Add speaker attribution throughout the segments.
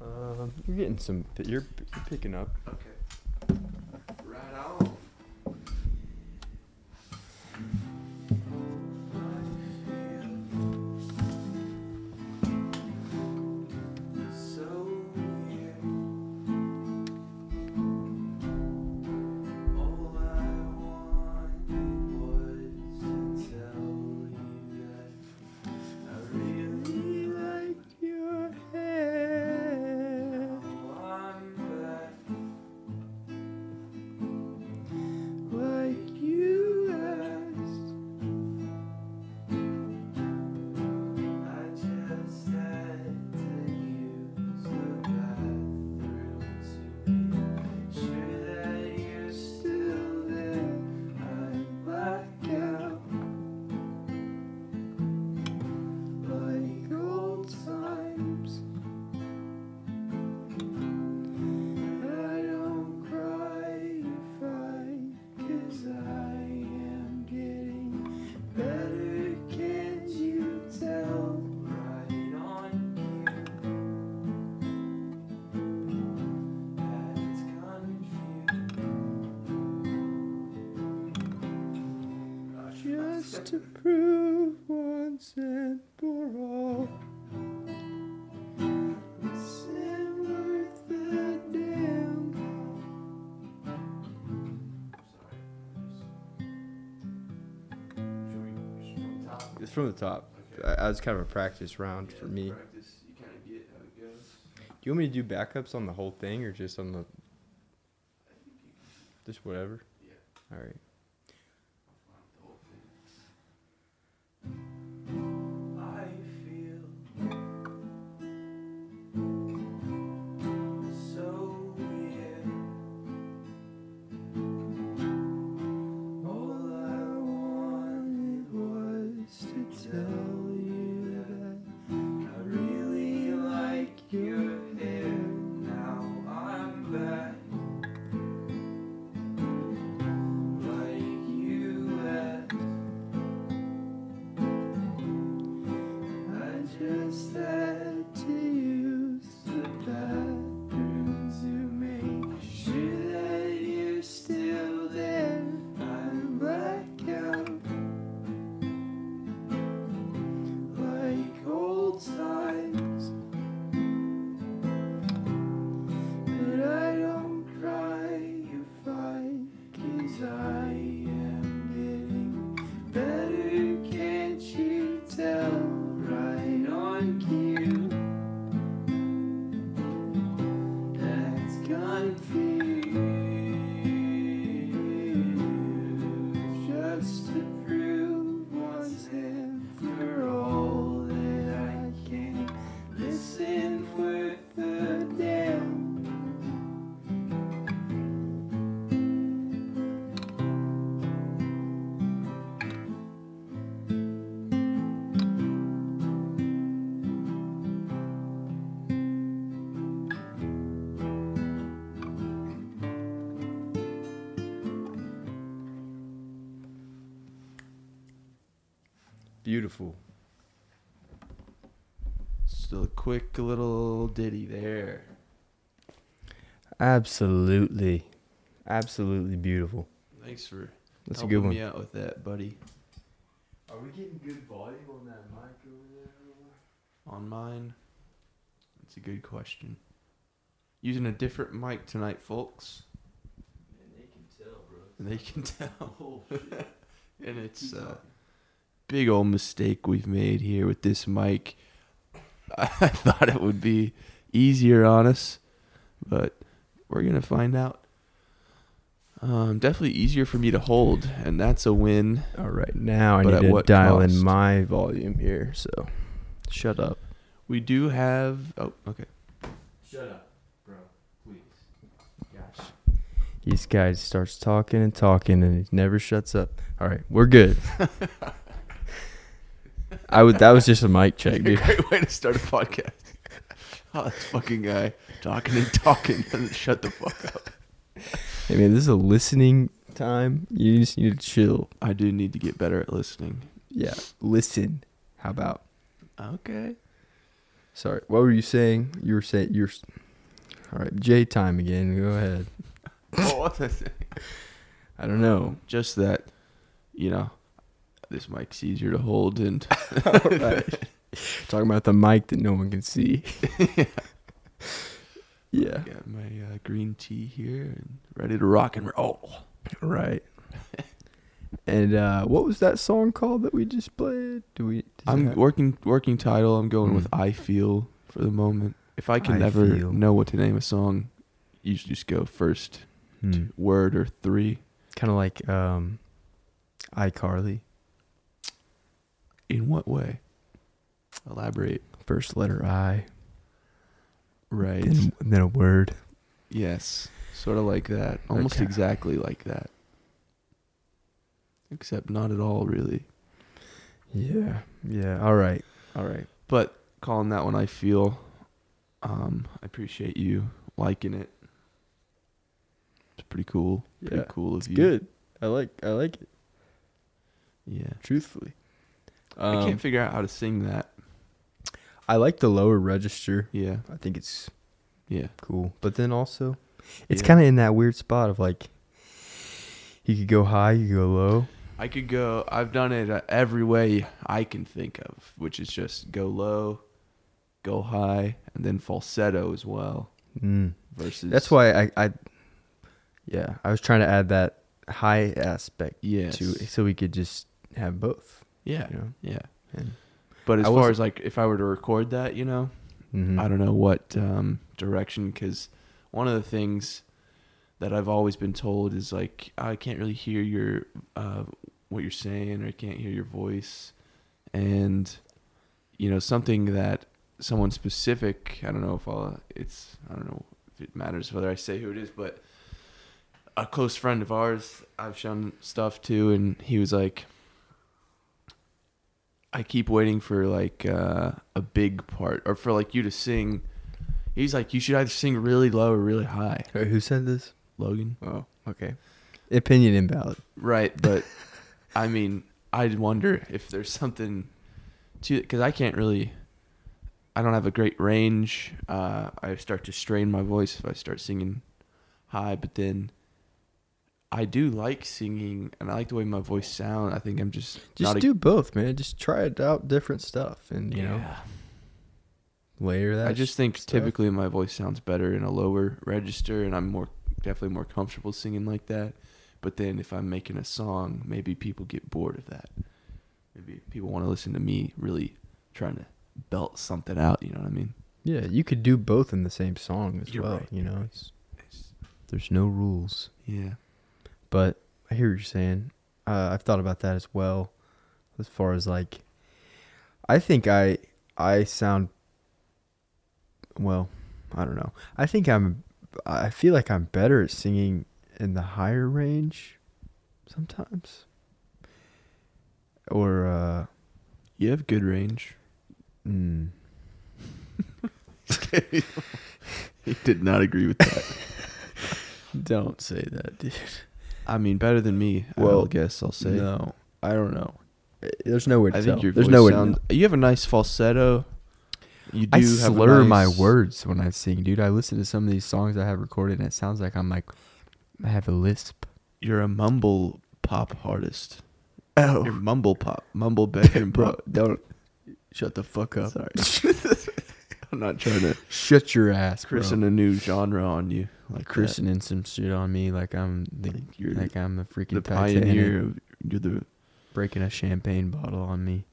Speaker 1: Um, you're getting some. You're, you're picking up.
Speaker 2: Okay. Right on. So, yeah. All I wanted was to tell you that I really like
Speaker 1: Your hair.
Speaker 2: how I'm back.
Speaker 1: Like you asked.
Speaker 2: I just had to use the bathroom to make sure that you're still there. I black out like old times. I don't cry if I, cause I am getting better. Can't you tell? Right on cue. That it's confused.
Speaker 1: Just to prove once and for all.
Speaker 2: Is it worth the damn?
Speaker 1: It's from the top. I, I was kind of a practice round for me.
Speaker 2: Practice, you kind of get how it goes.
Speaker 1: Do you want me to do backups on the whole thing or just on the.
Speaker 2: I think you can
Speaker 1: Just whatever?
Speaker 2: Yeah.
Speaker 1: Alright.
Speaker 2: find the whole thing. I feel so weird. All I wanted was to tell you that I really like your hair. Now I'm back. Like you asked. I just had to use the bathroom to make sure that you're still there. I black out like old times. But I don't cry if I, cause I am getting better. Can't you tell? Right on cue. That's confused. Just to prove once and for all that I can listen for the damn.
Speaker 1: Beautiful.
Speaker 2: Still a quick little ditty there.
Speaker 1: Absolutely. Absolutely beautiful.
Speaker 2: Thanks for
Speaker 1: That's
Speaker 2: helping
Speaker 1: a good one.
Speaker 2: me out with that, buddy. Are we getting good volume on that mic over there? On mine? That's a good question. Using a different mic tonight, folks.
Speaker 3: Man, they can tell, bro.
Speaker 2: And they can tell. and it's
Speaker 3: Keep
Speaker 2: uh,
Speaker 3: talking.
Speaker 2: big old mistake we've made here with this mic. I thought it would be easier on us, but we're gonna find out. Um, definitely easier for me to hold, and that's a win.
Speaker 1: All right, now I
Speaker 2: But
Speaker 1: need
Speaker 2: at
Speaker 1: to
Speaker 2: what
Speaker 1: dial in
Speaker 2: cost?
Speaker 1: my volume here. So, shut up.
Speaker 2: We do have. Oh, okay.
Speaker 3: Shut up, bro. Please. Gosh.
Speaker 1: This guy starts talking and talking, and he never shuts up. All right, we're good. I would. That was just a mic check, dude.
Speaker 2: Great way to start a podcast. oh, this fucking guy talking and talking doesn't shut the fuck up.
Speaker 1: I mean, this is a listening time. You just need to chill.
Speaker 2: I do need to get better at listening.
Speaker 1: Yeah, listen. How about?
Speaker 2: Okay.
Speaker 1: Sorry, what were you saying? You were saying you're. All right, J time again. Go ahead.
Speaker 2: what was I saying?
Speaker 1: I don't know.
Speaker 2: Just that, you know, this mic's easier to hold and
Speaker 1: Talking about the mic that no one can see. yeah.
Speaker 2: got my uh, green tea here and ready to rock and oh, roll.
Speaker 1: Right. and uh, what was that song called that we just played? Do we? does it
Speaker 2: I'm
Speaker 1: have-
Speaker 2: working working title. I'm going with
Speaker 1: Mm.
Speaker 2: I feel for the moment. If I can
Speaker 1: I
Speaker 2: never
Speaker 1: feel.
Speaker 2: know what to name a song, you should just go first
Speaker 1: hmm.
Speaker 2: word or three
Speaker 1: kind of like um, iCarly.
Speaker 2: in what way? Elaborate.
Speaker 1: First letter I,
Speaker 2: Right.
Speaker 1: then, then a word.
Speaker 2: Yes. Sort of like that. Almost
Speaker 1: Okay.
Speaker 2: exactly like that. Except not at all really.
Speaker 1: Yeah. Yeah. All right. All right.
Speaker 2: But calling that one I feel um I appreciate you liking it. It's pretty cool. Pretty
Speaker 1: Yeah,
Speaker 2: cool of you.
Speaker 1: Good. I like. I like it.
Speaker 2: Yeah.
Speaker 1: Truthfully.
Speaker 2: I
Speaker 1: Um,
Speaker 2: can't figure out how to sing that.
Speaker 1: I like the lower register.
Speaker 2: Yeah.
Speaker 1: I think it's
Speaker 2: Yeah.
Speaker 1: cool. But then also, it's
Speaker 2: Yeah.
Speaker 1: kind of in that weird spot of like, you could go high, you could go low.
Speaker 2: I could go. I've done it uh, every way I can think of, which is just go low, go high, and then falsetto as well.
Speaker 1: Mm.
Speaker 2: Versus
Speaker 1: That's why I, I, yeah, I was trying to add that high aspect
Speaker 2: Yes.
Speaker 1: to it so we could just have both.
Speaker 2: Yeah.
Speaker 1: You know?
Speaker 2: Yeah.
Speaker 1: And,
Speaker 2: But as
Speaker 1: I
Speaker 2: far
Speaker 1: wasn't-
Speaker 2: as like if I were to record that, you know,
Speaker 1: Mhm.
Speaker 2: I don't know what um, direction because one of the things that I've always been told is like I can't really hear your uh, what you're saying or I can't hear your voice, and you know something that someone specific I don't know if I'll it's I don't know if it matters whether I say who it is but a close friend of ours I've shown stuff to and he was like I keep waiting for like uh, a big part or for like you to sing. He's like, you should either sing really low or really high,
Speaker 1: Wait, who said this?
Speaker 2: Logan.
Speaker 1: Oh, okay. Opinion invalid.
Speaker 2: Right, but I mean, I'd wonder if there's something to because I can't really. I don't have a great range. Uh, I start to strain my voice if I start singing high, but then I do like singing and I like the way my voice sounds. I think I'm just
Speaker 1: Just
Speaker 2: not a-
Speaker 1: do both, man. Just try it out different stuff and, you know, layer that.
Speaker 2: I just think
Speaker 1: stuff.
Speaker 2: typically my voice sounds better in a lower register, and I'm more definitely more comfortable singing like that. But then if I'm making a song, maybe people get bored of that. Maybe people want to listen to me really trying to belt something out. You know what I mean?
Speaker 1: Yeah, you could do both in the same song as
Speaker 2: You're
Speaker 1: well.
Speaker 2: right,
Speaker 1: You
Speaker 2: you're
Speaker 1: know,
Speaker 2: right.
Speaker 1: It's- there's no rules.
Speaker 2: Yeah.
Speaker 1: But I hear what you're saying. Uh, I've thought about that as well, as far as like, I think I I sound well. I don't know. I think I'm. I feel like I'm better at singing in the higher range sometimes. Or uh,
Speaker 2: You have good range.
Speaker 1: mm,
Speaker 2: He did not agree with that.
Speaker 1: don't say that, dude.
Speaker 2: I mean, better than me. Well,
Speaker 1: Well,
Speaker 2: I guess I'll say.
Speaker 1: No, I don't know. There's no way to
Speaker 2: I
Speaker 1: tell.
Speaker 2: think your
Speaker 1: There's
Speaker 2: voice
Speaker 1: no way. to
Speaker 2: sounds. You have a nice falsetto. You do
Speaker 1: I
Speaker 2: have a
Speaker 1: slur my
Speaker 2: nice-
Speaker 1: words when I sing, dude. I listen to some of these songs I have recorded, and it sounds like I'm like, I have a lisp.
Speaker 2: You're a mumble pop artist. Your
Speaker 1: Oh,
Speaker 2: mumble pop, mumble bedroom pop.
Speaker 1: don't shut the fuck up.
Speaker 2: Sorry, I'm not trying to
Speaker 1: Shut your ass, bro.
Speaker 2: christen a new genre on you. Like Chris,
Speaker 1: christening some shit on me like I'm the
Speaker 2: Like you're
Speaker 1: like I'm the freaking
Speaker 2: the
Speaker 1: Titanic,
Speaker 2: pioneer. Of, you're the
Speaker 1: breaking a champagne bottle on me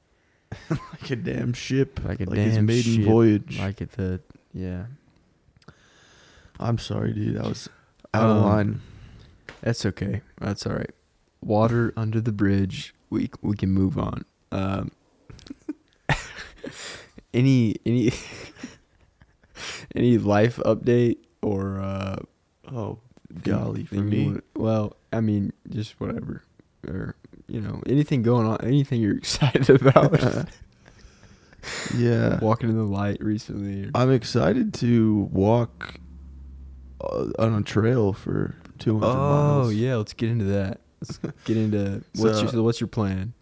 Speaker 2: like a damn ship,
Speaker 1: like a
Speaker 2: like his
Speaker 1: damn
Speaker 2: maiden
Speaker 1: ship,
Speaker 2: voyage.
Speaker 1: like at the yeah.
Speaker 2: I'm sorry, dude. That was out of
Speaker 1: Um,
Speaker 2: line.
Speaker 1: That's okay. That's all right. Water under the bridge. We we can move on. Um, any any any life update or uh,
Speaker 2: Oh,
Speaker 1: thing-
Speaker 2: golly, for
Speaker 1: thing you
Speaker 2: me.
Speaker 1: wanna- well, I mean, just whatever, or you know, anything going on, anything you're excited about.
Speaker 2: yeah.
Speaker 1: Walking in the light recently.
Speaker 2: I'm excited to walk uh, on a trail for 200
Speaker 1: oh
Speaker 2: miles.
Speaker 1: yeah, let's get into that. Let's get into what's
Speaker 2: So-
Speaker 1: your what's your plan?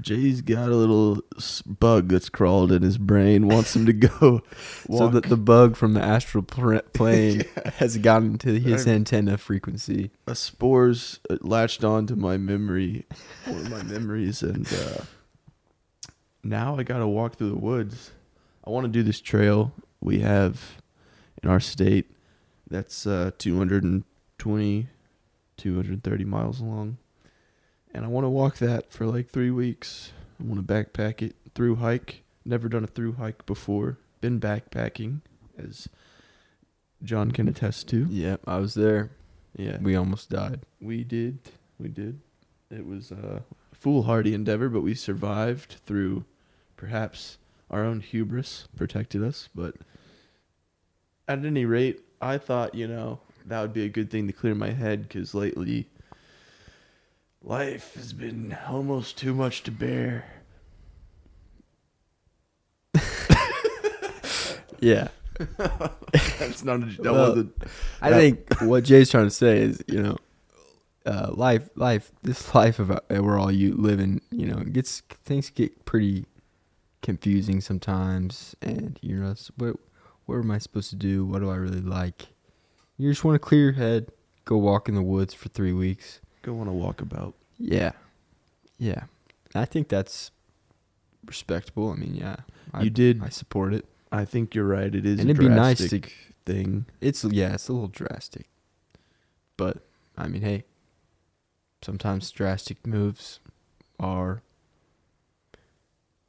Speaker 2: Jay's got a little s- bug that's crawled in his brain. Wants him to go.
Speaker 1: So
Speaker 2: walk.
Speaker 1: that the bug from the astral pl- plane has gotten to his
Speaker 2: Right.
Speaker 1: antenna frequency.
Speaker 2: a spores uh, latched onto my memory, one of my memories, and uh, now I gotta walk through the woods. I want to do this trail we have in our state. That's uh, 220, 230 miles long, and I want to walk that for like three weeks. I want to backpack it through hike. Never done a through hike before. Been backpacking, as John can attest to.
Speaker 1: Yep, I was there.
Speaker 2: Yeah.
Speaker 1: We almost died.
Speaker 2: We did. We did. It was a foolhardy endeavor, but we survived through perhaps our own hubris protected us. But at any rate, I thought, you know, that would be a good thing to clear my head because lately life has been almost too much to bear.
Speaker 1: Yeah.
Speaker 2: That's not a, that
Speaker 1: Well,
Speaker 2: wasn't.
Speaker 1: I
Speaker 2: That-
Speaker 1: think what Jay's trying to say is, you know, uh, life, life, this life of uh, we're all you living, you know, it gets things get pretty confusing sometimes, and you know, it's, what what am I supposed to do? What do I really like? You just want to clear your head, go walk in the woods for three weeks.
Speaker 2: Go on a walkabout.
Speaker 1: Yeah, yeah, I think that's respectable. I mean, yeah, I,
Speaker 2: you did.
Speaker 1: I support it.
Speaker 2: I think you're right. It is
Speaker 1: And
Speaker 2: a
Speaker 1: it'd be nice to-
Speaker 2: drastic thing.
Speaker 1: It's yeah, it's a little drastic, but I mean, hey, sometimes drastic moves are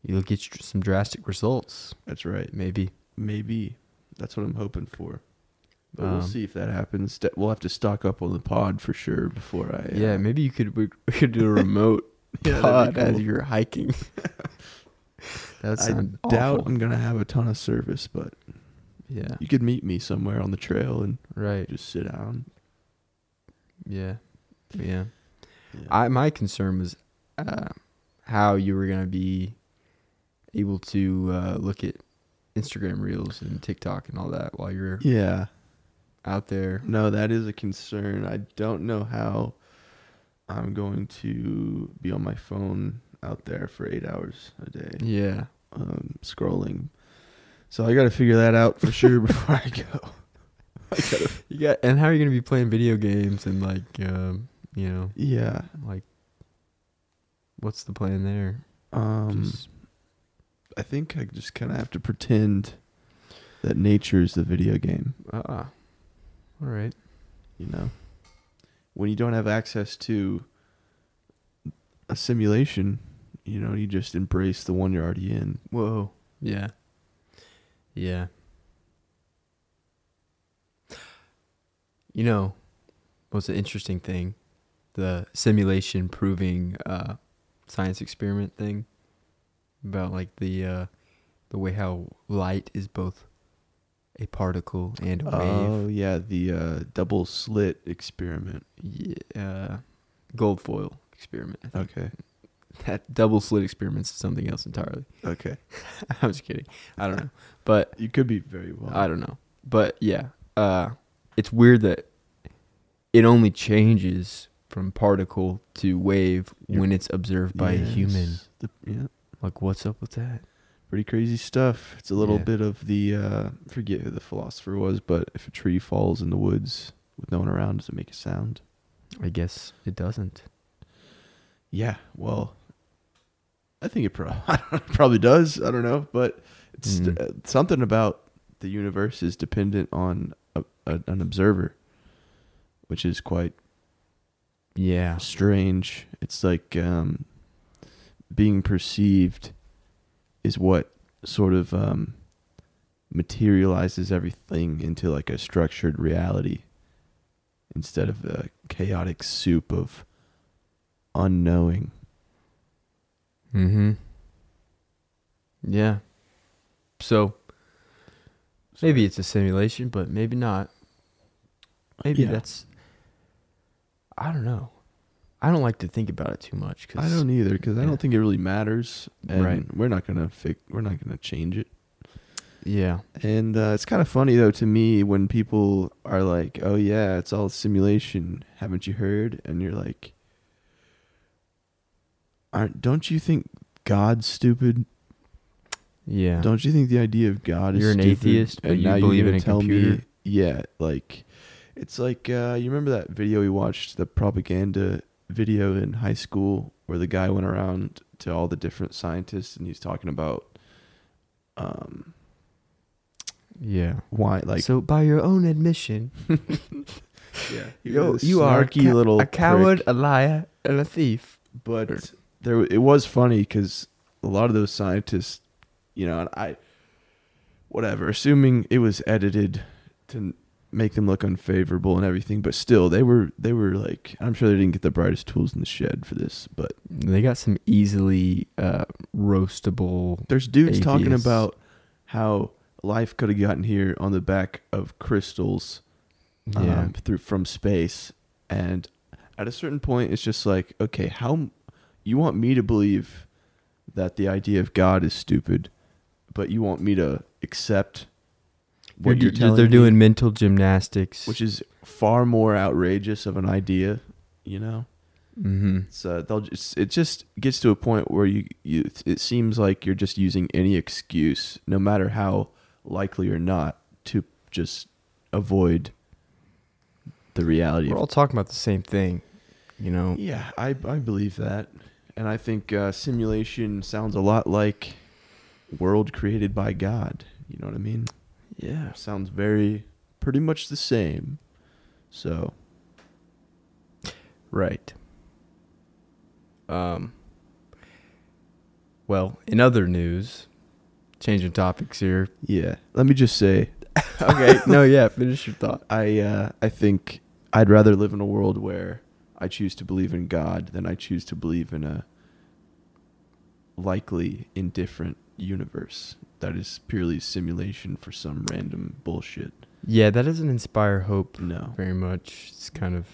Speaker 1: you'll get dr- some drastic results.
Speaker 2: That's right.
Speaker 1: Maybe
Speaker 2: Maybe that's what I'm hoping for. But we'll
Speaker 1: Um,
Speaker 2: see if that happens. St- We'll have to stock up on the pod for sure before I. uh,
Speaker 1: yeah, maybe you could we we could do a remote
Speaker 2: Yeah, that'd be
Speaker 1: pod as
Speaker 2: cool.
Speaker 1: you're hiking. that would
Speaker 2: I
Speaker 1: sound
Speaker 2: doubt
Speaker 1: awful.
Speaker 2: I'm gonna have a ton of service, but
Speaker 1: Yeah,
Speaker 2: you could meet me somewhere on the trail and
Speaker 1: right.
Speaker 2: just sit down.
Speaker 1: Yeah, yeah.
Speaker 2: Yeah.
Speaker 1: I my concern was uh, how you were gonna be able to uh, look at Instagram Reels and TikTok and all that while you're
Speaker 2: yeah.
Speaker 1: out there.
Speaker 2: No, that is a concern. I don't know how I'm going to be on my phone out there for eight hours a day.
Speaker 1: Yeah,
Speaker 2: um, scrolling. So I got to figure that out for sure before I go. I gotta,
Speaker 1: you got. And how are you gonna be playing video games and like, um, you know,
Speaker 2: yeah.
Speaker 1: like, what's the plan there?
Speaker 2: Um,
Speaker 1: Just-
Speaker 2: I think I just kind of have to pretend that nature is the video game.
Speaker 1: ah, all right.
Speaker 2: You know, when you don't have access to a simulation, you know, you just embrace the one you're already in.
Speaker 1: Whoa. Yeah. Yeah. You know, what's an interesting thing? The simulation proving uh, science experiment thing about like the uh, the way how light is both a particle and a wave.
Speaker 2: Oh yeah, the uh, double slit experiment.
Speaker 1: Yeah, gold foil experiment. I think
Speaker 2: Okay.
Speaker 1: That double slit experiment is something else entirely.
Speaker 2: Okay.
Speaker 1: I was kidding. I don't know, but
Speaker 2: You could be very well.
Speaker 1: I don't know. But yeah, uh, it's weird that it only changes from particle to wave
Speaker 2: You're-
Speaker 1: when it's observed by a human.
Speaker 2: Yes. The- yeah.
Speaker 1: Like, what's up with that?
Speaker 2: pretty crazy stuff. It's a little
Speaker 1: Yeah.
Speaker 2: bit of the uh, forget who the philosopher was, but if a tree falls in the woods with no one around, does it make a sound?
Speaker 1: I guess it doesn't.
Speaker 2: Yeah, well, I think it, pro- I don't know, it probably does. I don't know, but it's
Speaker 1: Mm.
Speaker 2: uh, something about the universe is dependent on a, a, an observer, which is quite
Speaker 1: Yeah.
Speaker 2: strange. It's like um, being perceived is what sort of um, materializes everything into like a structured reality instead of a chaotic soup of unknowing.
Speaker 1: Mm-hmm. Yeah. So maybe it's a simulation, but maybe not. Maybe
Speaker 2: Yeah.
Speaker 1: that's. I don't know. I don't like to think about it too much because
Speaker 2: I don't either because I
Speaker 1: yeah.
Speaker 2: don't think it really matters, and
Speaker 1: Right.
Speaker 2: we're not gonna fix, we're not gonna change it.
Speaker 1: Yeah.
Speaker 2: And uh, it's kind of funny though to me when people are like, "Oh yeah, it's all simulation. Haven't you heard?" And you're like, aren't, don't you think God's stupid?
Speaker 1: Yeah.
Speaker 2: Don't you think the idea of God is
Speaker 1: You're an
Speaker 2: stupid?
Speaker 1: atheist, but
Speaker 2: And
Speaker 1: you
Speaker 2: now you're
Speaker 1: believe
Speaker 2: gonna
Speaker 1: in a
Speaker 2: tell me-
Speaker 1: computer?
Speaker 2: yeah, like it's like uh, you remember that video we watched, the propaganda video in high school, where the guy went around to all the different scientists and he's talking about um,
Speaker 1: yeah.
Speaker 2: why, like
Speaker 1: so by your own admission,
Speaker 2: yeah,
Speaker 1: yo, you are a,
Speaker 2: snarky
Speaker 1: ca-
Speaker 2: little
Speaker 1: a coward,
Speaker 2: prick.
Speaker 1: a liar, and a thief. Or-
Speaker 2: but there it was funny because a lot of those scientists, you know, and I, whatever, assuming it was edited to make them look unfavorable and everything, but still they were they were like I'm sure they didn't get the brightest tools in the shed for this, but
Speaker 1: They got some easily uh, roastable.
Speaker 2: there's dudes talking
Speaker 1: Atheists.
Speaker 2: about how life could have gotten here on the back of crystals
Speaker 1: Yeah.
Speaker 2: um, through from space, and at a certain point, it's just like, okay, how m- you want me to believe that the idea of God is stupid, but you want me to accept what
Speaker 1: You're-
Speaker 2: you're,
Speaker 1: you're-
Speaker 2: telling
Speaker 1: they're
Speaker 2: me,
Speaker 1: doing mental gymnastics.
Speaker 2: which is far more outrageous of an idea, you know.
Speaker 1: mm-hmm.
Speaker 2: It's uh, they'll just it just gets to a point where you you it seems like you're just using any excuse, no matter how likely or not, to just avoid the reality
Speaker 1: We're
Speaker 2: of
Speaker 1: all talking about the same thing, you know.
Speaker 2: Yeah, I, I believe that. And I think uh, simulation sounds a lot like world created by God. You know what I mean?
Speaker 1: Yeah.
Speaker 2: Sounds very pretty much the same. So,
Speaker 1: Right. Um. Well, in other news, changing topics here.
Speaker 2: yeah. Let me just say
Speaker 1: okay. No. Yeah. Finish your thought.
Speaker 2: I uh, I think I'd rather live in a world where I choose to believe in God than I choose to believe in a likely indifferent universe that is purely simulation for some random bullshit.
Speaker 1: Yeah, that doesn't inspire hope
Speaker 2: No.
Speaker 1: very much. It's kind of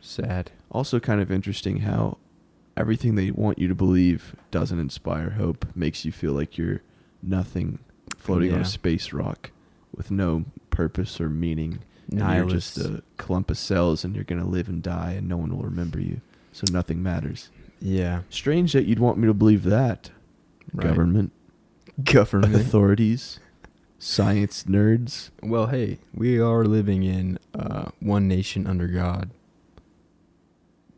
Speaker 1: sad.
Speaker 2: Also, kind of interesting how everything they want you to believe doesn't inspire hope, makes you feel like you're nothing floating on
Speaker 1: Yeah.
Speaker 2: a space rock with no purpose or meaning. And you're just
Speaker 1: Nihilist.
Speaker 2: a clump of cells and you're going to live and die and no one will remember you. So nothing matters.
Speaker 1: yeah.
Speaker 2: Strange that you'd want me to believe that.
Speaker 1: Right.
Speaker 2: Government,
Speaker 1: Government.
Speaker 2: authorities, science nerds.
Speaker 1: well, hey, we are living in uh, one nation under God.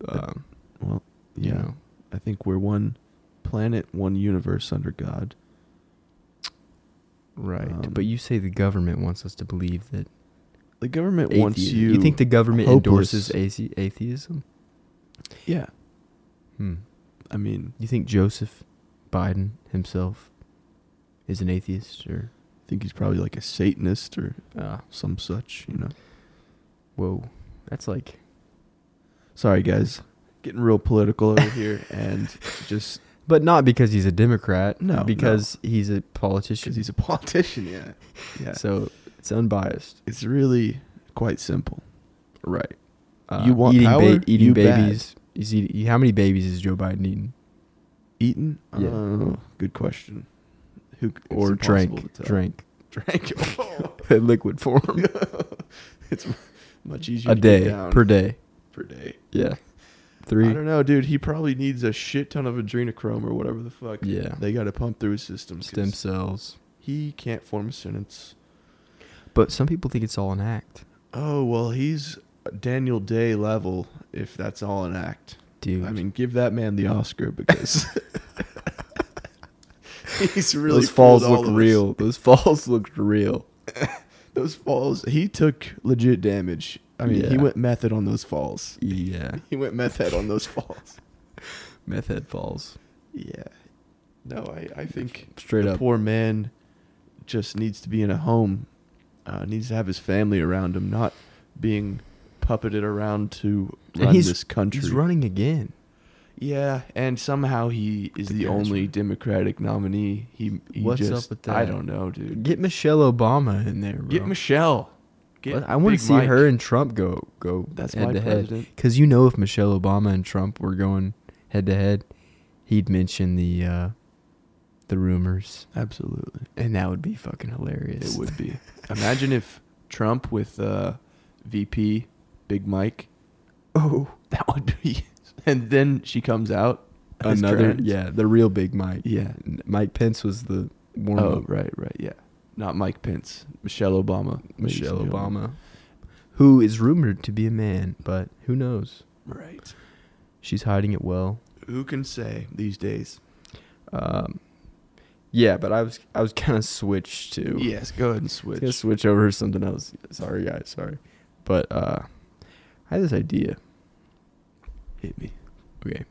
Speaker 1: Um,
Speaker 2: Well,
Speaker 1: you
Speaker 2: Uh, yeah.
Speaker 1: know.
Speaker 2: I think we're one planet, one universe under God.
Speaker 1: Right.
Speaker 2: Um,
Speaker 1: but you say the government wants us to believe that.
Speaker 2: The government wants
Speaker 1: athe-
Speaker 2: you.
Speaker 1: think the government
Speaker 2: hopeless.
Speaker 1: endorses athe- atheism?
Speaker 2: Yeah.
Speaker 1: Hmm.
Speaker 2: I mean,
Speaker 1: You think Joseph Biden himself is an atheist or.
Speaker 2: I think he's probably like a Satanist or
Speaker 1: Uh,
Speaker 2: some such, you know.
Speaker 1: whoa. That's like.
Speaker 2: Sorry, guys. Getting real political over here and just
Speaker 1: But not because he's a Democrat.
Speaker 2: No, no.
Speaker 1: Because he's a politician.
Speaker 2: because he's a politician, yeah. Yeah.
Speaker 1: So it's unbiased.
Speaker 2: it's really quite simple.
Speaker 1: Right. Uh,
Speaker 2: You want
Speaker 1: eating
Speaker 2: power?
Speaker 1: eating
Speaker 2: You bad.
Speaker 1: babies. He's eating, how many babies is Joe Biden eating?
Speaker 2: Eaten?
Speaker 1: Yeah.
Speaker 2: Oh, good question. Who it's
Speaker 1: Or
Speaker 2: impossible
Speaker 1: drank?
Speaker 2: to tell.
Speaker 1: Drank
Speaker 2: Drank.
Speaker 1: in liquid form.
Speaker 2: it's much easier
Speaker 1: a
Speaker 2: to
Speaker 1: day
Speaker 2: get down
Speaker 1: per day.
Speaker 2: per day.
Speaker 1: Yeah.
Speaker 2: I
Speaker 1: Three.
Speaker 2: don't know, dude. He probably needs a shit ton of adrenochrome or whatever the fuck.
Speaker 1: Yeah.
Speaker 2: They got to pump through his system. 'cause
Speaker 1: Stem cells.
Speaker 2: He can't form a sentence.
Speaker 1: But some people think it's all an act,
Speaker 2: Oh well, he's Daniel Day level. If that's all an act,
Speaker 1: dude.
Speaker 2: I mean, give that man the Oscar because he's really
Speaker 1: those falls
Speaker 2: fooled all
Speaker 1: looked
Speaker 2: of us.
Speaker 1: real. Those falls looked real.
Speaker 2: Those falls, he took legit damage. I mean, he
Speaker 1: Yeah.
Speaker 2: went method on those falls.
Speaker 1: Yeah.
Speaker 2: He went meth head on those falls.
Speaker 1: Meth head falls.
Speaker 2: Yeah. No, I, I think
Speaker 1: Straight
Speaker 2: the
Speaker 1: up.
Speaker 2: poor man just needs to be in a home, uh, needs to have his family around him, not being puppeted around to
Speaker 1: And
Speaker 2: run
Speaker 1: he's-
Speaker 2: this country.
Speaker 1: He's running again.
Speaker 2: Yeah, and somehow he is
Speaker 1: The
Speaker 2: the,
Speaker 1: guy's
Speaker 2: only
Speaker 1: running.
Speaker 2: Democratic nominee. He, he
Speaker 1: What's up
Speaker 2: just,
Speaker 1: with
Speaker 2: I
Speaker 1: that?
Speaker 2: don't know, dude.
Speaker 1: Get Michelle Obama in there, bro.
Speaker 2: Get Michelle. Get
Speaker 1: I want
Speaker 2: Big
Speaker 1: to see
Speaker 2: Mike.
Speaker 1: her and Trump go go
Speaker 2: That's
Speaker 1: head
Speaker 2: my
Speaker 1: to
Speaker 2: president.
Speaker 1: head. Because you know, if Michelle Obama and Trump were going head to head, he'd mention the uh, the rumors,
Speaker 2: Absolutely.
Speaker 1: and that would be fucking hilarious.
Speaker 2: It would be. Imagine if Trump with uh, VP Big Mike.
Speaker 1: Oh,
Speaker 2: That would be. And then she comes out His
Speaker 1: another
Speaker 2: crimes?
Speaker 1: yeah, the real big Mike.
Speaker 2: Yeah.
Speaker 1: Mike Pence was the warm
Speaker 2: Oh,
Speaker 1: up.
Speaker 2: right, right. Yeah. Not Mike Pence. Michelle Obama. ladies
Speaker 1: Michelle
Speaker 2: and gentlemen.
Speaker 1: Obama, who is rumored to be a man, but who knows?
Speaker 2: Right.
Speaker 1: She's hiding it well.
Speaker 2: Who can say these days?
Speaker 1: Um, yeah, but I was I was kind of switched to
Speaker 2: Yes, go ahead and switch.
Speaker 1: switch. switch over to something else. Sorry guys, sorry, but uh, I had this idea.
Speaker 2: Hit me.
Speaker 1: Okay,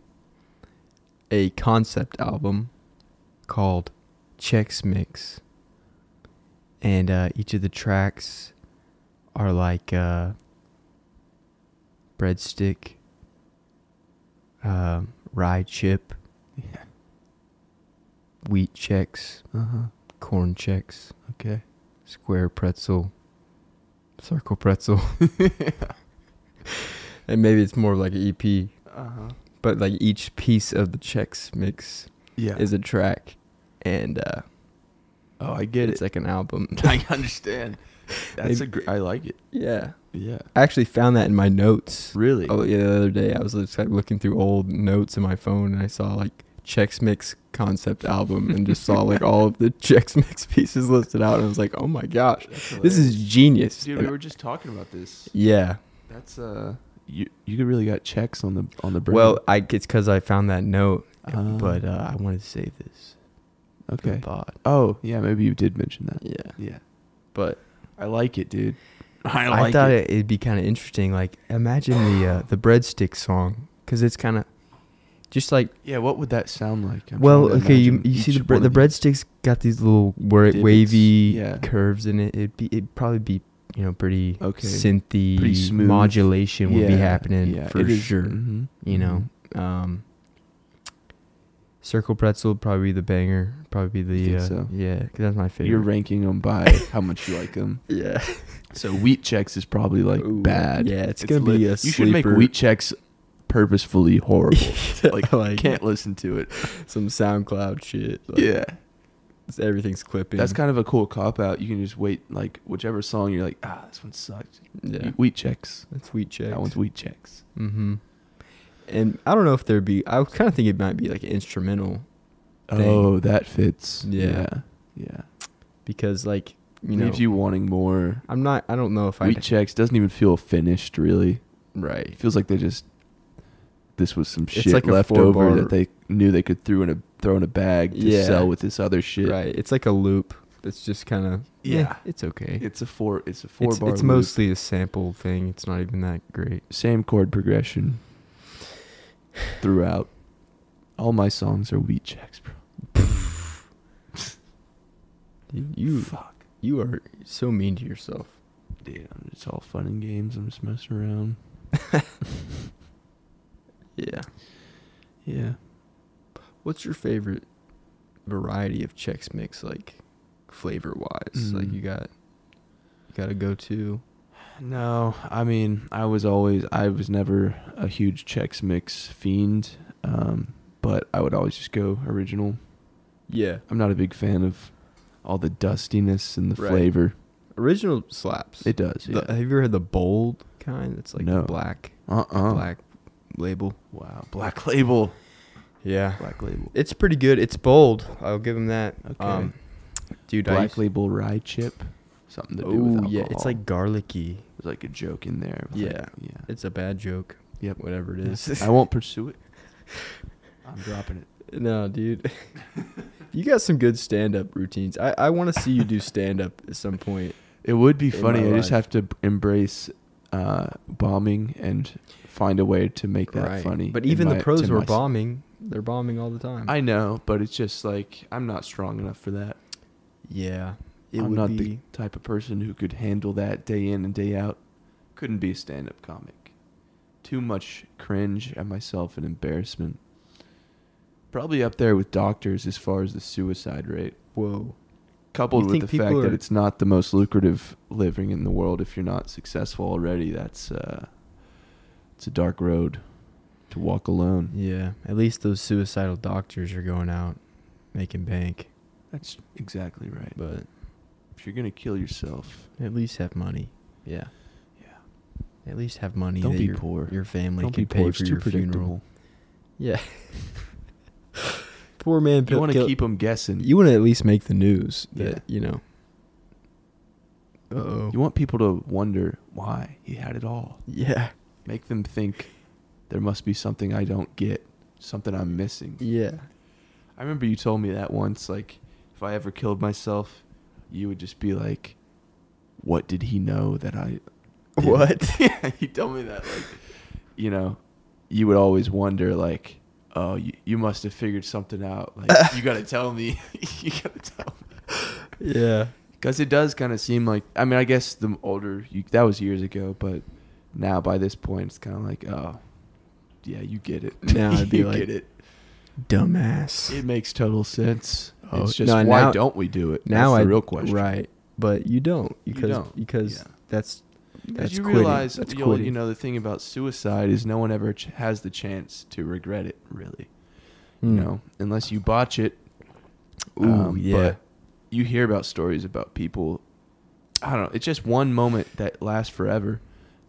Speaker 1: a concept album called Chex Mix, and uh, each of the tracks are like uh, breadstick, um, rye chip,
Speaker 2: Yeah.
Speaker 1: wheat checks,
Speaker 2: Uh huh.
Speaker 1: corn checks.
Speaker 2: Okay.
Speaker 1: square pretzel, circle pretzel, and maybe it's more of like an EP.
Speaker 2: Uh huh.
Speaker 1: But like each piece of the Chex mix
Speaker 2: Yeah.
Speaker 1: is a track, and uh,
Speaker 2: oh, I get
Speaker 1: it's
Speaker 2: it.
Speaker 1: like an album.
Speaker 2: I understand. That's a
Speaker 1: Maybe-
Speaker 2: gr- I like it.
Speaker 1: yeah,
Speaker 2: Yeah.
Speaker 1: I actually found that in my notes.
Speaker 2: Really?
Speaker 1: Oh yeah, the other day I was just like looking through old notes in my phone, and I saw like Chex Mix concept album, and just saw like all of the Chex Mix pieces listed out, and I was like, oh my gosh, this is genius.
Speaker 2: Dude,
Speaker 1: And-
Speaker 2: we were just talking about this.
Speaker 1: yeah.
Speaker 2: That's uh you you really got checks on the on the brand.
Speaker 1: Well, I it's because I found that note,
Speaker 2: Ah.
Speaker 1: but uh, I wanted to save this. for
Speaker 2: okay.
Speaker 1: the pod.
Speaker 2: Oh, yeah, maybe you did mention that.
Speaker 1: Yeah,
Speaker 2: Yeah.
Speaker 1: but
Speaker 2: I like it, dude.
Speaker 1: I, thought it. would be kind of interesting. Like, imagine the uh, the breadstick song, because it's kind of just like
Speaker 2: Yeah, what would that sound like? I'm
Speaker 1: well,
Speaker 2: trying to
Speaker 1: okay, you
Speaker 2: imagine
Speaker 1: you see
Speaker 2: each
Speaker 1: the bre-
Speaker 2: one
Speaker 1: the
Speaker 2: of these.
Speaker 1: breadsticks got these little wa-
Speaker 2: Divots,
Speaker 1: wavy
Speaker 2: yeah.
Speaker 1: curves in it. It'd be it'd probably be you know pretty
Speaker 2: Okay,
Speaker 1: synthy
Speaker 2: pretty smooth.
Speaker 1: modulation would be
Speaker 2: Yeah,
Speaker 1: happening
Speaker 2: yeah,
Speaker 1: for
Speaker 2: it is-
Speaker 1: sure.
Speaker 2: mhm,
Speaker 1: you know. Um, Circle Pretzel would probably be the banger. Probably be the
Speaker 2: You
Speaker 1: uh,
Speaker 2: think so?
Speaker 1: yeah, 'cause that's my
Speaker 2: mhm. You're
Speaker 1: favorite.
Speaker 2: ranking them by how much you like them.
Speaker 1: yeah,
Speaker 2: So wheat checks is probably like
Speaker 1: Ooh,
Speaker 2: bad.
Speaker 1: Yeah, it's, gonna be
Speaker 2: lit-
Speaker 1: a
Speaker 2: You should make
Speaker 1: sleeper.
Speaker 2: wheat checks purposefully horrible. like,
Speaker 1: Like-
Speaker 2: can't listen to it.
Speaker 1: some SoundCloud shit. Like,
Speaker 2: Yeah.
Speaker 1: it's- everything's clipping.
Speaker 2: That's kind of a cool cop out. You can just wait like whichever song you're like, ah, this one sucked.
Speaker 1: yeah.
Speaker 2: Wheat checks.
Speaker 1: That's wheat check.
Speaker 2: That one's wheat checks.
Speaker 1: Mm-hmm. And I don't know if there'd be. I kind of think it might be like an instrumental Thing.
Speaker 2: Oh, that fits.
Speaker 1: Yeah.
Speaker 2: Yeah. yeah.
Speaker 1: because like you
Speaker 2: You
Speaker 1: know
Speaker 2: Leaves you wanting more.
Speaker 1: I'm not. I don't know if I
Speaker 2: Wheat checks doesn't even feel finished really.
Speaker 1: right.
Speaker 2: It feels like they just this was some shit
Speaker 1: like a
Speaker 2: left
Speaker 1: four
Speaker 2: over
Speaker 1: bar-
Speaker 2: that they knew they could throw in a throw in a bag to
Speaker 1: Yeah.
Speaker 2: sell with this other shit.
Speaker 1: Right. It's like a loop. That's just kind of
Speaker 2: Yeah.
Speaker 1: It's okay.
Speaker 2: It's a four it's a four
Speaker 1: it's,
Speaker 2: bar
Speaker 1: it's
Speaker 2: loop.
Speaker 1: mostly a sample thing. It's not even that great.
Speaker 2: same chord progression throughout. All my songs are wheat checks, bro.
Speaker 1: You you,
Speaker 2: fuck.
Speaker 1: you are so mean to yourself.
Speaker 2: Dude, I'm- it's all fun and games. I'm just messing around.
Speaker 1: Yeah.
Speaker 2: Yeah.
Speaker 1: What's your favorite variety of Chex Mix like flavor wise? Like
Speaker 2: Mm.
Speaker 1: you got you got a go to.
Speaker 2: No, I mean, I was always, I was never a huge Chex Mix fiend, um, but I would always just go original.
Speaker 1: Yeah.
Speaker 2: I'm not a big fan of all the dustiness and the
Speaker 1: Right.
Speaker 2: flavor.
Speaker 1: Original slaps.
Speaker 2: It does.
Speaker 1: The-
Speaker 2: Yeah.
Speaker 1: have you ever had the bold kind? It's like
Speaker 2: No.
Speaker 1: the black
Speaker 2: Uh uh
Speaker 1: black label.
Speaker 2: Wow. Black label.
Speaker 1: Yeah.
Speaker 2: Black label.
Speaker 1: It's pretty good. It's bold. I'll give him that.
Speaker 2: Okay.
Speaker 1: Um, dude, I
Speaker 2: Black
Speaker 1: used-
Speaker 2: label rye chip. Something to do with
Speaker 1: Oh
Speaker 2: alcohol.
Speaker 1: yeah, it's like garlicky.
Speaker 2: There's like a joke in there. with, like- yeah.
Speaker 1: It's a bad joke.
Speaker 2: Yep.
Speaker 1: Whatever it is.
Speaker 2: I won't pursue it. I'm dropping it.
Speaker 1: No, dude. you got some good stand up routines. I, I want to see you do stand up at some point.
Speaker 2: It would be
Speaker 1: In
Speaker 2: funny.
Speaker 1: my
Speaker 2: I just
Speaker 1: life.
Speaker 2: have to b- embrace uh, bombing and find a way to make that funny.
Speaker 1: But
Speaker 2: in
Speaker 1: even
Speaker 2: my-
Speaker 1: the pros
Speaker 2: to
Speaker 1: were
Speaker 2: my-
Speaker 1: bombing. They're bombing all the time.
Speaker 2: I know, but it's just like I'm not strong enough for that.
Speaker 1: yeah. It
Speaker 2: I'm
Speaker 1: would
Speaker 2: not
Speaker 1: be
Speaker 2: the type of person who could handle that day in and day out. Couldn't be a stand-up comic. Too much cringe at myself and embarrassment. Probably up there with doctors as far as the suicide rate.
Speaker 1: whoa.
Speaker 2: coupled
Speaker 1: You
Speaker 2: with
Speaker 1: think
Speaker 2: the
Speaker 1: people
Speaker 2: fact
Speaker 1: are-
Speaker 2: that it's not the most lucrative living in the world if you're not successful already that's uh it's a dark road to walk alone
Speaker 1: Yeah. At least those suicidal doctors are going out making bank.
Speaker 2: that's exactly right
Speaker 1: But
Speaker 2: if you're gonna kill yourself
Speaker 1: at least have money. Yeah.
Speaker 2: yeah
Speaker 1: At least have money
Speaker 2: Don't
Speaker 1: that
Speaker 2: be
Speaker 1: your,
Speaker 2: poor.
Speaker 1: your family
Speaker 2: don't
Speaker 1: can
Speaker 2: be
Speaker 1: pay
Speaker 2: poor
Speaker 1: for
Speaker 2: it's too
Speaker 1: your funeral.
Speaker 2: predictable
Speaker 1: Yeah. poor man.
Speaker 2: You
Speaker 1: Pil-
Speaker 2: want to
Speaker 1: Kil-
Speaker 2: keep them guessing.
Speaker 1: You want to at least make the news. That,
Speaker 2: Yeah.
Speaker 1: You know. Uh oh.
Speaker 2: You want people to wonder why he had it all.
Speaker 1: Yeah.
Speaker 2: Make them think there must be something I don't get, something I'm missing.
Speaker 1: Yeah.
Speaker 2: I remember you told me that once. Like, if I ever killed myself, you would just be like, "What did he know that I?" didn't?"
Speaker 1: What?
Speaker 2: yeah, you told me that. Like, you know, you would always wonder, like, "Oh, you, you must have figured something out." Like, you gotta tell me. you gotta tell me.
Speaker 1: Yeah.
Speaker 2: Because it does kind of seem like I mean I guess the older you that was years ago, but now by this point it's kind of like oh yeah you get it
Speaker 1: Now I'd be
Speaker 2: you
Speaker 1: like-
Speaker 2: get it
Speaker 1: Dumbass.
Speaker 2: it makes total sense.
Speaker 1: Oh,
Speaker 2: it's just
Speaker 1: no,
Speaker 2: why
Speaker 1: now-
Speaker 2: don't we do it?
Speaker 1: now
Speaker 2: That's
Speaker 1: I
Speaker 2: the real question.
Speaker 1: Right. But you don't because
Speaker 2: don't.
Speaker 1: because
Speaker 2: Yeah.
Speaker 1: that's that's
Speaker 2: Because you
Speaker 1: quitting.
Speaker 2: realize
Speaker 1: that's
Speaker 2: you'll-
Speaker 1: quitting.
Speaker 2: you know the thing about suicide is no one ever ch- has the chance to regret it really.
Speaker 1: Mm.
Speaker 2: You know unless you botch it.
Speaker 1: Ooh, Um, yeah.
Speaker 2: Um, you hear about stories about people. I don't know. It's just one moment that lasts forever.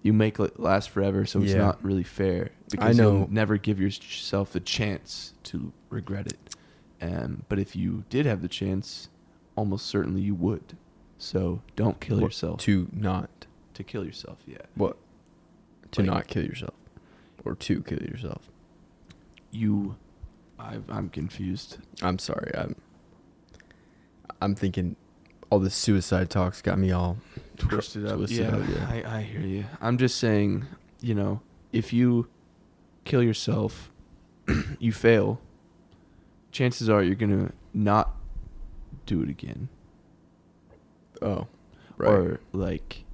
Speaker 2: You make it last forever, so it's
Speaker 1: Yeah.
Speaker 2: not really fair. Because
Speaker 1: know.
Speaker 2: you'll never give yourself the chance to regret it. Um, but if you did have the chance, almost certainly you would. So don't kill
Speaker 1: What-
Speaker 2: yourself. To,
Speaker 1: to not
Speaker 2: kill yourself, yeah.
Speaker 1: what to
Speaker 2: Like-
Speaker 1: not kill yourself or to kill yourself.
Speaker 2: You, I, I'm confused.
Speaker 1: I'm sorry. I'm I'm thinking all this suicide talks got me all
Speaker 2: twisted up.
Speaker 1: Twisted
Speaker 2: yeah,
Speaker 1: up, yeah.
Speaker 2: I, I hear you. I'm just saying, you know, if you kill yourself, you fail. Chances are you're gonna not do it again,
Speaker 1: oh right.
Speaker 2: or like,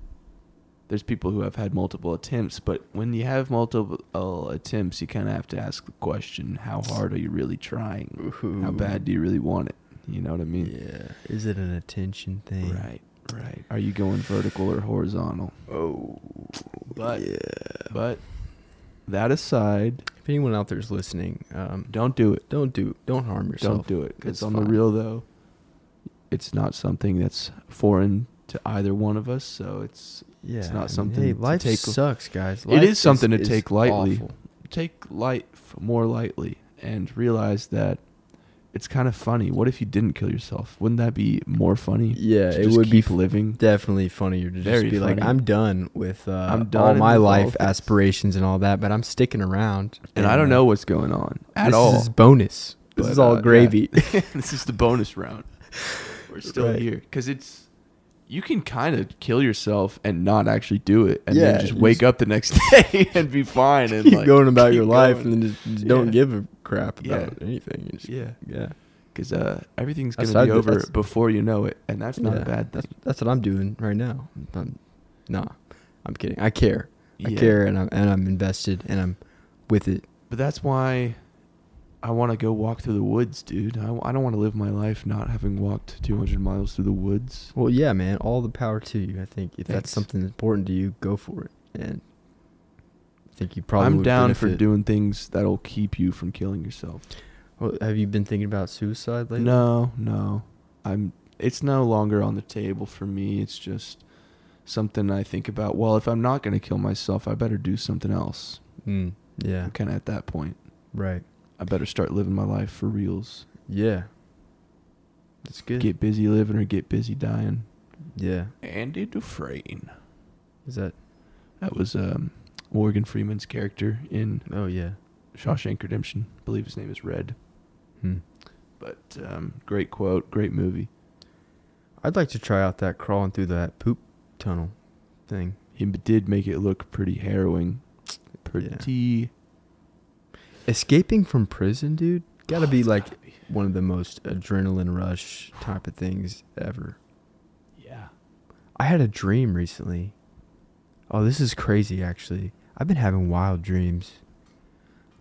Speaker 2: there's people who have had multiple attempts. But when you have multiple uh, attempts, you kind of have to ask the question: How hard are you really trying? How
Speaker 1: Ooh.
Speaker 2: bad do you really want it? You know what I mean?
Speaker 1: Yeah. Is it an attention thing?
Speaker 2: Right, right. Are you going vertical or horizontal?
Speaker 1: Oh.
Speaker 2: But-
Speaker 1: yeah.
Speaker 2: But that aside,
Speaker 1: If anyone out there's listening, um, don't
Speaker 2: don't do it.
Speaker 1: don't do don't harm
Speaker 2: Don't
Speaker 1: yourself.
Speaker 2: do it. Because
Speaker 1: It's
Speaker 2: on the
Speaker 1: fine.
Speaker 2: real, though, it's not something that's foreign to either one of us. So it's
Speaker 1: Yeah.
Speaker 2: not
Speaker 1: I mean,
Speaker 2: something
Speaker 1: Hey,
Speaker 2: to
Speaker 1: life
Speaker 2: take-
Speaker 1: sucks, guys.
Speaker 2: It
Speaker 1: Life
Speaker 2: is something to take lightly.
Speaker 1: awful.
Speaker 2: take life more lightly and realize that it's kind of funny. What if you didn't kill yourself? Wouldn't that be more funny?
Speaker 1: Yeah,
Speaker 2: To
Speaker 1: it
Speaker 2: just
Speaker 1: would be
Speaker 2: keep living.
Speaker 1: Definitely funnier to just
Speaker 2: Very
Speaker 1: be like,
Speaker 2: funny.
Speaker 1: I'm done with uh,
Speaker 2: I'm
Speaker 1: all
Speaker 2: done with
Speaker 1: my
Speaker 2: all
Speaker 1: life
Speaker 2: this."
Speaker 1: aspirations and all that, but I'm sticking around.
Speaker 2: And I don't know
Speaker 1: uh,
Speaker 2: what's going on at
Speaker 1: this
Speaker 2: all.
Speaker 1: This is bonus. This
Speaker 2: but,
Speaker 1: is all
Speaker 2: uh,
Speaker 1: gravy.
Speaker 2: yeah. this is the bonus round. We're still
Speaker 1: Right.
Speaker 2: here because it's. You can kind of kill yourself and not actually do it, and
Speaker 1: Yeah,
Speaker 2: then just
Speaker 1: you
Speaker 2: wake
Speaker 1: just-
Speaker 2: up the next day and be fine. And
Speaker 1: keep
Speaker 2: like,
Speaker 1: going about your
Speaker 2: keep
Speaker 1: life
Speaker 2: going.
Speaker 1: and then just, just don't
Speaker 2: Yeah.
Speaker 1: give a crap
Speaker 2: Yeah.
Speaker 1: about anything. You just-
Speaker 2: yeah,
Speaker 1: yeah.
Speaker 2: because uh, everything's
Speaker 1: That's
Speaker 2: gonna
Speaker 1: what I
Speaker 2: be
Speaker 1: do-
Speaker 2: over
Speaker 1: that's-
Speaker 2: before you know it, and that's not
Speaker 1: Yeah.
Speaker 2: a bad thing.
Speaker 1: That's what I'm doing right now. I'm, nah, I'm kidding. I care. I
Speaker 2: Yeah.
Speaker 1: care, and I'm and I'm invested, and I'm with it.
Speaker 2: But that's why I want to go walk through the woods, dude. I, I don't want to live my life not having walked 200 miles through the woods.
Speaker 1: Well, yeah, man. All the power to you. I think if that's
Speaker 2: Thanks.
Speaker 1: something important to you, go for it. And I think you probably.
Speaker 2: I'm
Speaker 1: would
Speaker 2: down for
Speaker 1: benefit.
Speaker 2: doing things that'll keep you from killing yourself.
Speaker 1: Well, have you been thinking about suicide lately?
Speaker 2: No, no. I'm it's no longer on the table for me. It's just something I think about. Well, if I'm not going to kill myself, I better do something else.
Speaker 1: Mm, yeah.
Speaker 2: I'm kind of at that point.
Speaker 1: Right.
Speaker 2: I better start living my life for reals.
Speaker 1: Yeah. That's good.
Speaker 2: Get busy living or get busy dying.
Speaker 1: yeah.
Speaker 2: Andy Dufresne.
Speaker 1: Is that?
Speaker 2: That was um, Morgan Freeman's character in
Speaker 1: Oh yeah.
Speaker 2: Shawshank Redemption. I believe his name is Red.
Speaker 1: Hmm.
Speaker 2: But um, great quote, great movie.
Speaker 1: I'd like to try out that crawling through that poop tunnel thing.
Speaker 2: He did make it look pretty harrowing. Pretty.
Speaker 1: Escaping from prison, dude. Gotta be
Speaker 2: Oh, It's
Speaker 1: like
Speaker 2: gotta be.
Speaker 1: one of the most adrenaline rush type of things ever.
Speaker 2: Yeah.
Speaker 1: I had a dream recently. Oh, this is crazy actually. I've been having wild dreams.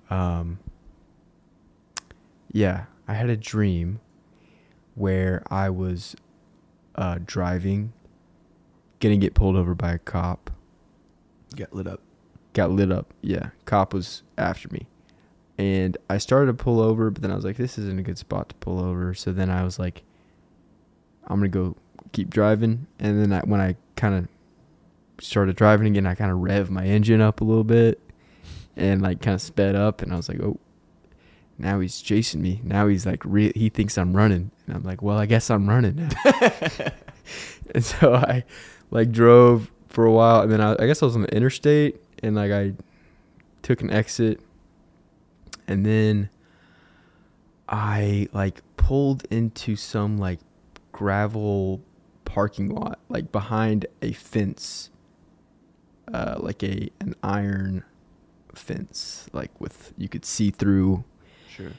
Speaker 1: Um Yeah, I had a dream where I was uh driving, gonna get pulled over by a cop.
Speaker 2: Got lit up.
Speaker 1: Got lit up. Yeah, cop was after me. And I started to pull over, but then I was like this isn't a good spot to pull over. So then I was like I'm gonna go keep driving. And then I, when I kind of started driving again, I kind of rev my engine up a little bit and like kind of sped up. And I was like, oh. now he's chasing me. Now he's like, re- he thinks I'm running, and I'm like, well, I guess I'm running now. and so I like drove for a while, and then I, I guess I was on the interstate, and like I took an exit, and then I like pulled into some like gravel parking lot, like behind a fence, uh, like a an iron fence, like with you could see through.
Speaker 2: Sure.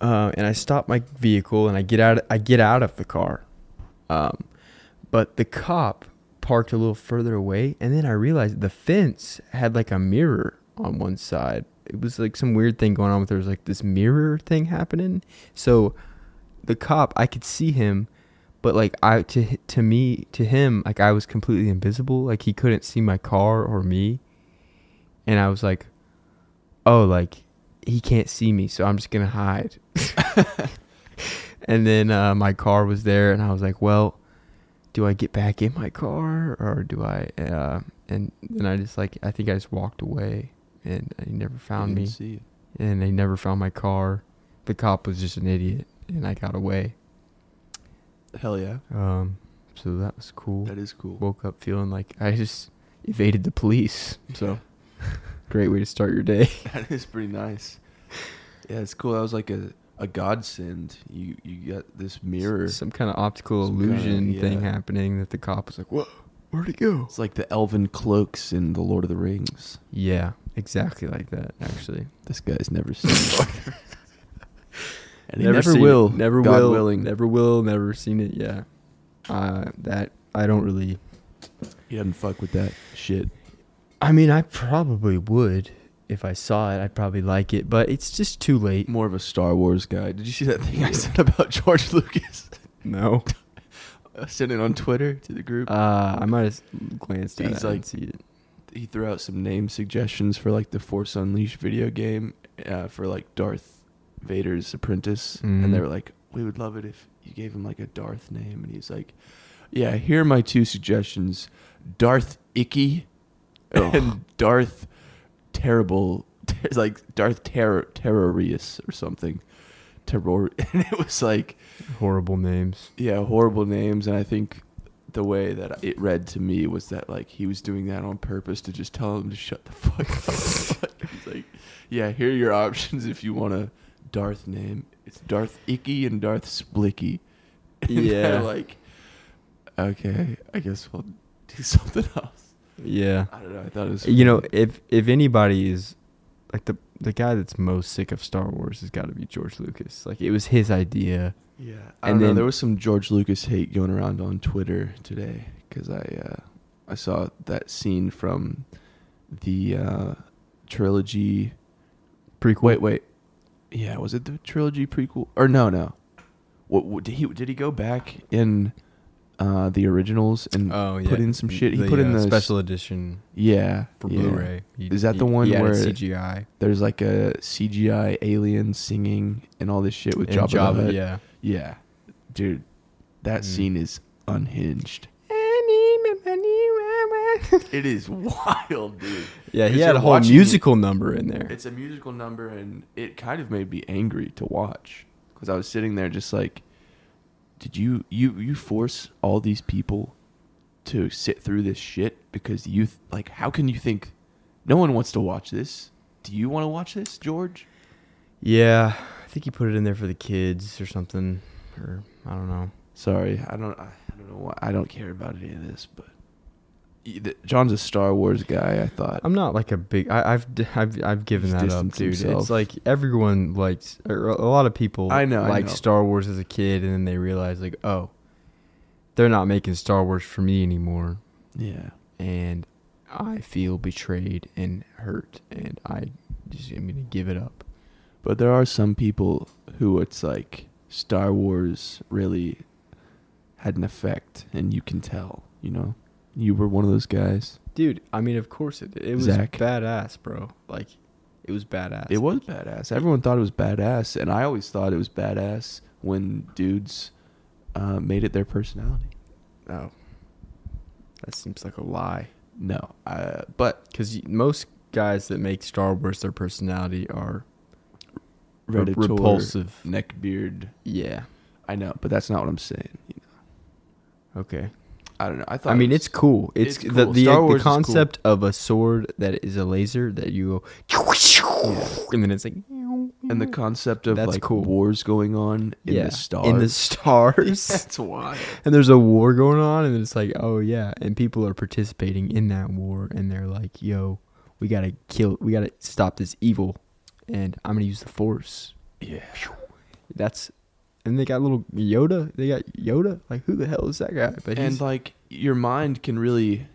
Speaker 1: Uh, and I stop my vehicle and I get out. I get out of the car, um, but the cop parked a little further away, and then I realized the fence had like a mirror on one side. It was like some weird thing going on with there was like this mirror thing happening. So the cop, I could see him, but like I to to me to him, like I was completely invisible. Like he couldn't see my car or me, and I was like, oh, like he can't see me, so I'm just gonna hide. and then uh, my car was there, and I was like, well, do I get back in my car or do I? Uh, and then I just like I think I just walked away, and he never found
Speaker 2: Didn't
Speaker 1: me
Speaker 2: See you.
Speaker 1: and they never found my car. The cop was just an idiot, and I got away.
Speaker 2: Hell yeah.
Speaker 1: Um, so that was cool.
Speaker 2: That is cool.
Speaker 1: Woke up feeling like I just evaded the police.
Speaker 2: So
Speaker 1: Great way to start your day.
Speaker 2: that is pretty nice. Yeah, it's cool. That was like a, a godsend. You you got this mirror.
Speaker 1: Some kind of optical
Speaker 2: Some kinda-
Speaker 1: illusion thing
Speaker 2: yeah.
Speaker 1: happening that the cop was like, "Whoa, where'd it go?"
Speaker 2: It's like the elven cloaks in The Lord of the Rings.
Speaker 1: Yeah, exactly like that. Actually,
Speaker 2: This guy's never seen it. and he
Speaker 1: Never
Speaker 2: never,
Speaker 1: seen it.
Speaker 2: will.
Speaker 1: Never
Speaker 2: God
Speaker 1: will.
Speaker 2: willing.
Speaker 1: Never will. Never seen it. Yeah. Uh, that I don't really
Speaker 2: He doesn't fuck with that shit.
Speaker 1: I mean, I probably would if I saw it. I'd probably like it, but it's just too late.
Speaker 2: More of a Star Wars guy. Did you see that thing I sent about George Lucas?
Speaker 1: No.
Speaker 2: I sent it on Twitter to the group.
Speaker 1: Uh, I might have glanced at
Speaker 2: He's
Speaker 1: it. I didn't
Speaker 2: like-
Speaker 1: see it.
Speaker 2: he threw out some name suggestions for like the Force Unleashed video game uh, for like Darth Vader's apprentice, and they
Speaker 1: Mhm.
Speaker 2: were like, "We would love it if you gave him like a Darth name." And he's like, "Yeah, here are my two suggestions: Darth Icky and Darth Terrible, It's like Darth Terror Terrorius or something." Terror, and it was like
Speaker 1: Horrible names.
Speaker 2: yeah, horrible names, and I think the way that it read to me was that like he was doing that on purpose to just tell him to shut the fuck up. He's like, yeah, here are your options if you want a Darth name. It's Darth Icky and Darth Splicky. And they're
Speaker 1: Yeah.
Speaker 2: like, okay, I guess we'll do something else.
Speaker 1: Yeah.
Speaker 2: I don't know. I thought it was.
Speaker 1: You know,
Speaker 2: funny.
Speaker 1: if if anybody is like the the guy that's most sick of Star Wars has got to be George Lucas. Like it was his idea.
Speaker 2: Yeah, I don't
Speaker 1: and
Speaker 2: know.
Speaker 1: then-
Speaker 2: There was some George Lucas hate going around on Twitter today because I uh, I saw that scene from the uh, trilogy.
Speaker 1: Prequel.
Speaker 2: Wait, wait. Yeah, was it the trilogy prequel or no, no? What, what did he did he go back in uh, the originals and
Speaker 1: Oh uh,
Speaker 2: put in some shit? He put in the
Speaker 1: special edition
Speaker 2: Yeah,
Speaker 1: for
Speaker 2: yeah.
Speaker 1: Blu-ray.
Speaker 2: Is that the one
Speaker 1: he added
Speaker 2: where-
Speaker 1: CGI
Speaker 2: There's like a CGI alien singing and all this shit with
Speaker 1: and
Speaker 2: Jabba. the Hutt.
Speaker 1: Yeah.
Speaker 2: yeah, dude, that
Speaker 1: Mm.
Speaker 2: scene is unhinged. It is wild, dude.
Speaker 1: Yeah, he
Speaker 2: It's
Speaker 1: had
Speaker 2: like
Speaker 1: a whole
Speaker 2: watching-
Speaker 1: musical number in there.
Speaker 2: It's a musical number, and it kind of made me angry to watch because I was sitting there just like, did you you you force all these people to sit through this shit because you th- like how can you think no one wants to watch this? Do you want to watch this, George?
Speaker 1: Yeah, I think he put it in there for the kids or something, or I don't know.
Speaker 2: Sorry, I don't I don't know why I don't care about any of this, but Y- th- John's a Star Wars guy. I thought
Speaker 1: I'm not like a big. I, I've d- I've I've given
Speaker 2: He's
Speaker 1: that up,
Speaker 2: distanced
Speaker 1: dude.
Speaker 2: himself.
Speaker 1: It's like everyone likes or a lot of people.
Speaker 2: I know, I
Speaker 1: like
Speaker 2: know.
Speaker 1: Star Wars as a kid, and then they realize like, oh, they're not making Star Wars for me anymore,
Speaker 2: yeah.
Speaker 1: and I feel betrayed and hurt, and I just am gonna give it up.
Speaker 2: But there are some people who it's like Star Wars really had an effect, and you can tell. You know, you were one of those guys.
Speaker 1: Dude, I mean, of course it. It was
Speaker 2: Zach.
Speaker 1: badass, bro. Like, it was badass.
Speaker 2: It was badass. Everyone thought it was badass, and I always thought it was badass when dudes uh, made it their personality.
Speaker 1: Oh, that seems like a lie.
Speaker 2: No, uh, but
Speaker 1: Because most guys that make Star Wars their personality are Re-
Speaker 2: Predator,
Speaker 1: repulsive.
Speaker 2: neckbeard.
Speaker 1: Yeah.
Speaker 2: I know, but that's not what I'm saying. You know,
Speaker 1: Okay.
Speaker 2: I don't know. I thought.
Speaker 1: I mean, it's cool. It's,
Speaker 2: It's
Speaker 1: the
Speaker 2: cool.
Speaker 1: the,
Speaker 2: Star
Speaker 1: the
Speaker 2: Wars is cool.
Speaker 1: concept of a sword that is a laser that you go, and then it's like,
Speaker 2: and the concept of
Speaker 1: That's
Speaker 2: like
Speaker 1: cool.
Speaker 2: wars going on in
Speaker 1: yeah,
Speaker 2: the stars.
Speaker 1: in the stars,
Speaker 2: that's wild.
Speaker 1: and there's a war going on, and it's like, oh yeah, and people are participating in that war, and they're like, yo, we gotta kill, we gotta stop this evil, and I'm gonna use the force.
Speaker 2: Yeah.
Speaker 1: That's, and they got little Yoda, they got Yoda, like who the hell is that guy? But he's,
Speaker 2: and like your mind can really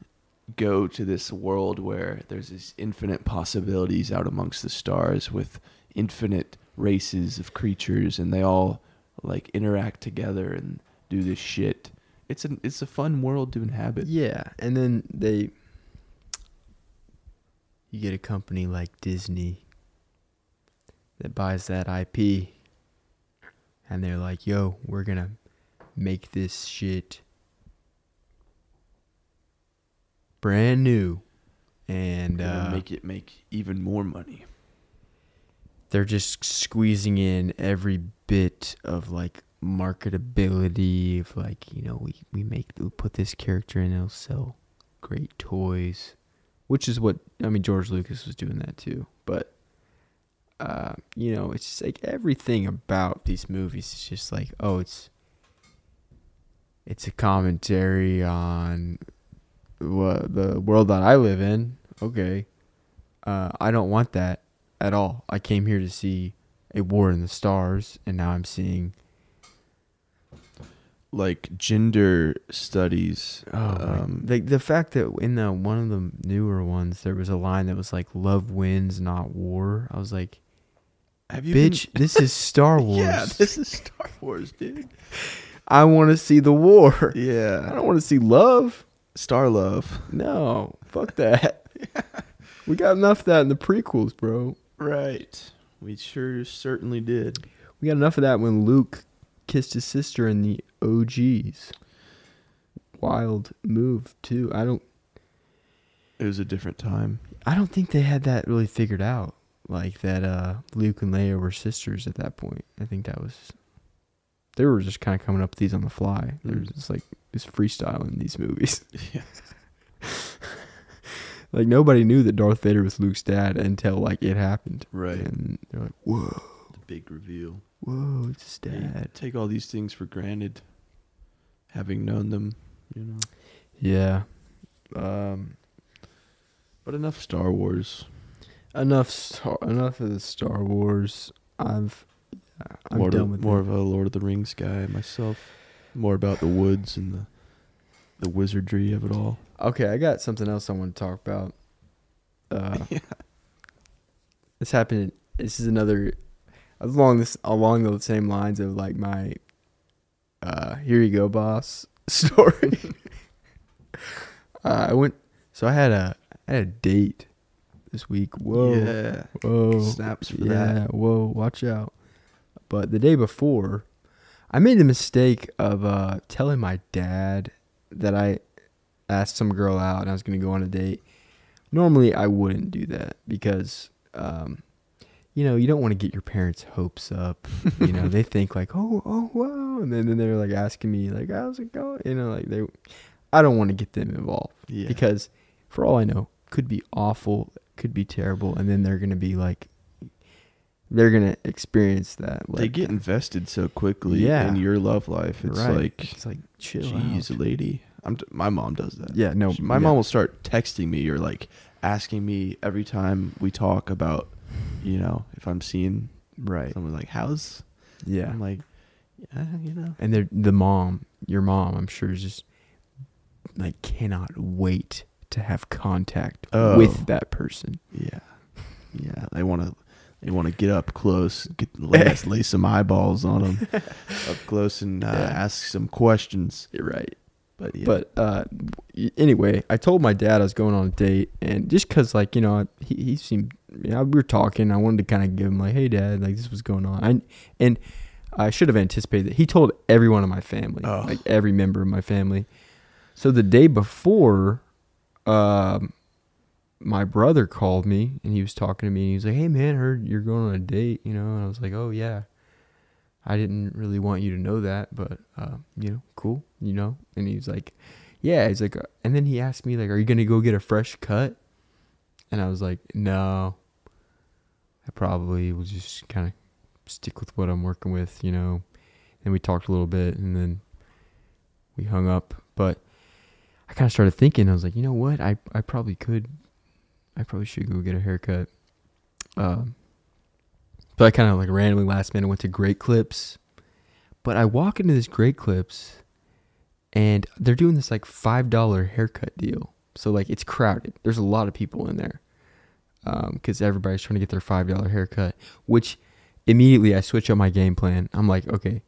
Speaker 2: go to this world where there's these infinite possibilities out amongst the stars with infinite races of creatures and they all like interact together and do this shit it's an it's a fun world to inhabit
Speaker 1: Yeah, and then they you get a company like Disney that buys that IP and they're like, "Yo, we're going to make this shit brand new." And
Speaker 2: and
Speaker 1: uh,
Speaker 2: make it make even more money
Speaker 1: they're just squeezing in every bit of like marketability of like you know we we make we put this character in it'll sell great toys which is what i mean george lucas was doing that too but uh you know it's just like everything about these movies is just like oh it's it's a commentary on what the world that i live in okay uh i don't want that at all. I came here to see a war in the stars, and now I'm seeing.
Speaker 2: like gender studies
Speaker 1: Oh, um, the the fact that in the one of the newer ones there was a line that was like "Love wins, not war." I was like,
Speaker 2: have
Speaker 1: "Bitch, this is Star Wars.
Speaker 2: yeah this is star wars dude
Speaker 1: I want to see the war. I
Speaker 2: yeah
Speaker 1: don't want to see love.
Speaker 2: star love
Speaker 1: No, fuck that. We got enough of that in the prequels, bro.
Speaker 2: right we sure certainly did
Speaker 1: We got enough of that when Luke kissed his sister in the OGs. Wild move too. I don't
Speaker 2: It was a different time.
Speaker 1: I don't think they had that really figured out. Like that uh Luke and Leia were sisters at that point. I think that was they were just kind of coming up with these on the fly. They were
Speaker 2: Mm.
Speaker 1: just like just freestyling these movies.
Speaker 2: Yeah.
Speaker 1: like nobody knew that Darth Vader was Luke's dad until like it happened.
Speaker 2: Right.
Speaker 1: And they're like, Whoa,
Speaker 2: The big reveal.
Speaker 1: whoa, it's his
Speaker 2: Yeah, you
Speaker 1: dad.
Speaker 2: take all these things for granted, having known them, you know.
Speaker 1: Yeah. Um
Speaker 2: But enough Star Wars.
Speaker 1: enough star, enough of the Star Wars. I've I'm
Speaker 2: more
Speaker 1: done
Speaker 2: of,
Speaker 1: with
Speaker 2: more
Speaker 1: it.
Speaker 2: of a Lord of the Rings guy myself. More about the woods and the the wizardry of it all.
Speaker 1: Okay, I got something else I want to talk about. Uh, This happened. This is another along this along the same lines of like my uh, "Here you go, boss" story. uh, I went. So I had a I had a date this week. Whoa,
Speaker 2: Yeah.
Speaker 1: whoa,
Speaker 2: Snaps for
Speaker 1: yeah,
Speaker 2: that.
Speaker 1: whoa, watch out. But the day before, I made the mistake of uh, telling my dad that I asked some girl out and I was going to go on a date. Normally, I wouldn't do that because, um, you know, you don't want to get your parents' hopes up. you know, they think like, oh, oh, wow. And then, then they're like asking me, like, how's it going? You know, like they, I don't want to get them involved
Speaker 2: Yeah.
Speaker 1: because for all I know, could be awful, could be terrible, and then they're gonna be like, they're gonna experience that. Like,
Speaker 2: they get invested so quickly
Speaker 1: Yeah.
Speaker 2: in your love life. It's
Speaker 1: right.
Speaker 2: like,
Speaker 1: it's like chill
Speaker 2: jeez,
Speaker 1: out.
Speaker 2: lady. I'm t- my mom does that.
Speaker 1: Yeah, no,
Speaker 2: She- my
Speaker 1: yeah.
Speaker 2: mom will start texting me or like asking me every time we talk about, you know, if I'm seeing
Speaker 1: right?
Speaker 2: someone like how's
Speaker 1: Yeah,
Speaker 2: I'm like, yeah, you know,
Speaker 1: and they're the mom, your mom, I'm sure is just like cannot wait to have contact
Speaker 2: Oh.
Speaker 1: with that person.
Speaker 2: yeah, yeah. They want to, they want to get up close, get lay, lay some eyeballs on them up close and uh,
Speaker 1: Yeah.
Speaker 2: ask some questions.
Speaker 1: Right.
Speaker 2: But yeah,
Speaker 1: But uh, y- anyway, I told my dad I was going on a date, and just cause like you know I- he he seemed you know, we were talking, I wanted to kind of give him like, hey dad, like this was going on, I, and I should have anticipated that. He told everyone in my family,
Speaker 2: Oh.
Speaker 1: like every member of my family. So the day before, um, my brother called me and he was talking to me and he was like, "Hey man, heard you're going on a date," you know, and I was like, "Oh yeah." I didn't really want you to know that, but uh, you know, cool, you know. And he was like, "Yeah," he's like, uh, and then he asked me like, "Are you gonna go get a fresh cut?" And I was like, "No, I probably will just kind of stick with what I'm working with, you know." And we talked a little bit, and then we hung up. But I kind of started thinking. I was like, you know what? I I probably could, I probably should go get a haircut. Um, but I kind of like randomly last minute went to Great Clips. But I walk into this Great Clips, and they're doing this like five dollar haircut deal. So like it's crowded. There's a lot of people in there because um, everybody's trying to get their five dollar haircut. Which immediately I switch up my game plan. I'm like, okay,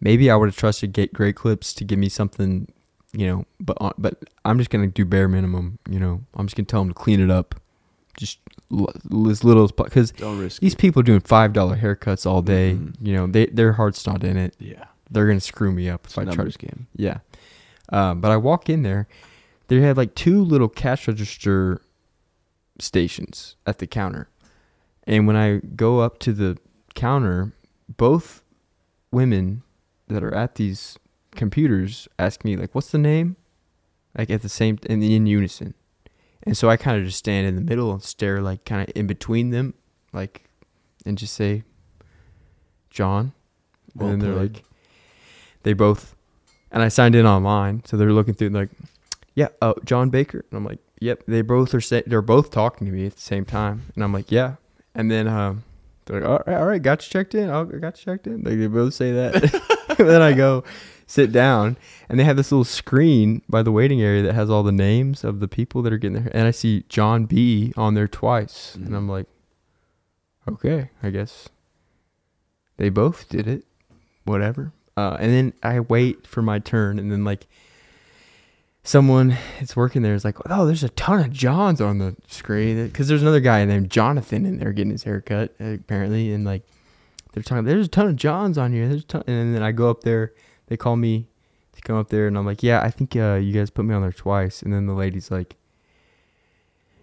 Speaker 1: maybe I would have trusted get Great Clips to give me something, you know. But on, but I'm just gonna do bare minimum. You know, I'm just gonna tell them to clean it up, just l- as little as because
Speaker 2: Don't risk
Speaker 1: these
Speaker 2: it.
Speaker 1: people doing five dollar haircuts all day.
Speaker 2: Mhm.
Speaker 1: You know, they their heart's not in it.
Speaker 2: Yeah.
Speaker 1: They're gonna screw me up if
Speaker 2: It's a
Speaker 1: I try.
Speaker 2: numbers
Speaker 1: To,
Speaker 2: game.
Speaker 1: yeah, um, but I walk in there. They had like two little cash register stations at the counter, and when I go up to the counter, both women that are at these computers ask me like, "What's the name?" Like at the same and in unison, and so I kind of just stand in the middle and stare like kind of in between them, like, and just say, "John," and
Speaker 2: Well
Speaker 1: then they're
Speaker 2: played.
Speaker 1: like, they both, and I signed in online, so they're looking through and like, "Yeah, uh, John Baker," and I'm like, "Yep." They both are say, they're both talking to me at the same time, and I'm like, "Yeah," and then um. They're like, all right, all right, got you checked in. I'll- I got you checked in. Like they both say that. then I go sit down, and they have this little screen by the waiting area that has all the names of the people that are getting there. And I see John B on there twice, and I'm like, okay, I guess they both did it. Whatever. Uh, and then I wait for my turn, and then like someone that's working there is like, oh, there's a ton of Johns on the screen because there's another guy named Jonathan in there getting his haircut apparently, and like they're talking, there's a ton of Johns on here. There's a ton, and then I go up there, they call me to come up there, and I'm like, yeah, I think uh, you guys put me on there twice, and then the lady's like.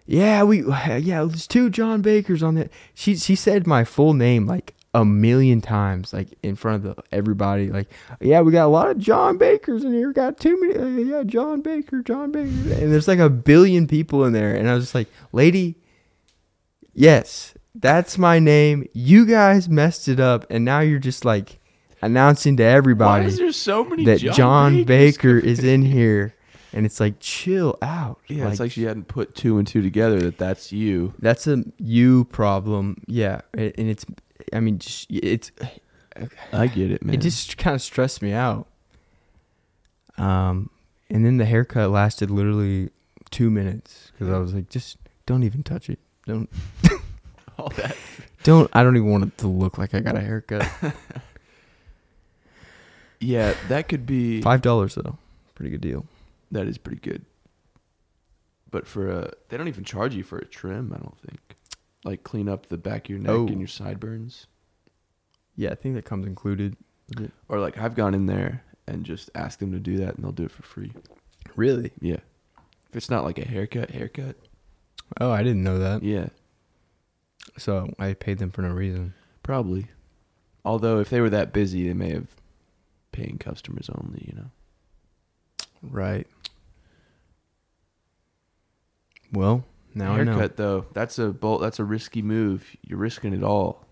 Speaker 1: Yeah, we yeah, there's two John Bakers on that. She she said my full name like a million times, like in front of the, everybody. Like, yeah, we got a lot of John Bakers in here. We got too many. uh, yeah, John Baker, John Baker, and there's like a billion people in there. And I was just like, lady, yes, that's my name. You guys messed it up, and now you're just like announcing to
Speaker 2: Why
Speaker 1: everybody
Speaker 2: is there so many
Speaker 1: that
Speaker 2: John,
Speaker 1: John,
Speaker 2: Bakers?
Speaker 1: Baker is in here. And it's like, chill out.
Speaker 2: Yeah, it's like she hadn't put two and two together that that's you.
Speaker 1: that's a you problem. Yeah, a- and it's I mean just it's
Speaker 2: I get it, man.
Speaker 1: it just kind of stressed me out. Um, and then the haircut lasted literally two minutes because I was like, just don't even touch it. Don't
Speaker 2: all that.
Speaker 1: don't. I don't even want it to look like I got a haircut.
Speaker 2: Yeah, that could be.
Speaker 1: Five dollars though, pretty good deal.
Speaker 2: That is pretty good. But for a, they don't even charge you for a trim. I don't think. Like clean up the back of your neck
Speaker 1: Oh.
Speaker 2: and your sideburns.
Speaker 1: Yeah, I think that comes included.
Speaker 2: Or like I've gone in there and just asked them to do that, and they'll do it for free.
Speaker 1: Really?
Speaker 2: Yeah. If it's not like a haircut, haircut.
Speaker 1: Oh, I didn't know that.
Speaker 2: Yeah,
Speaker 1: So I paid them for no reason.
Speaker 2: probably. Although if they were that busy, they may have paying customers only. You know.
Speaker 1: Right. Well, now
Speaker 2: haircut
Speaker 1: I know.
Speaker 2: though, that's a bolt. That's a risky move. You're risking it all.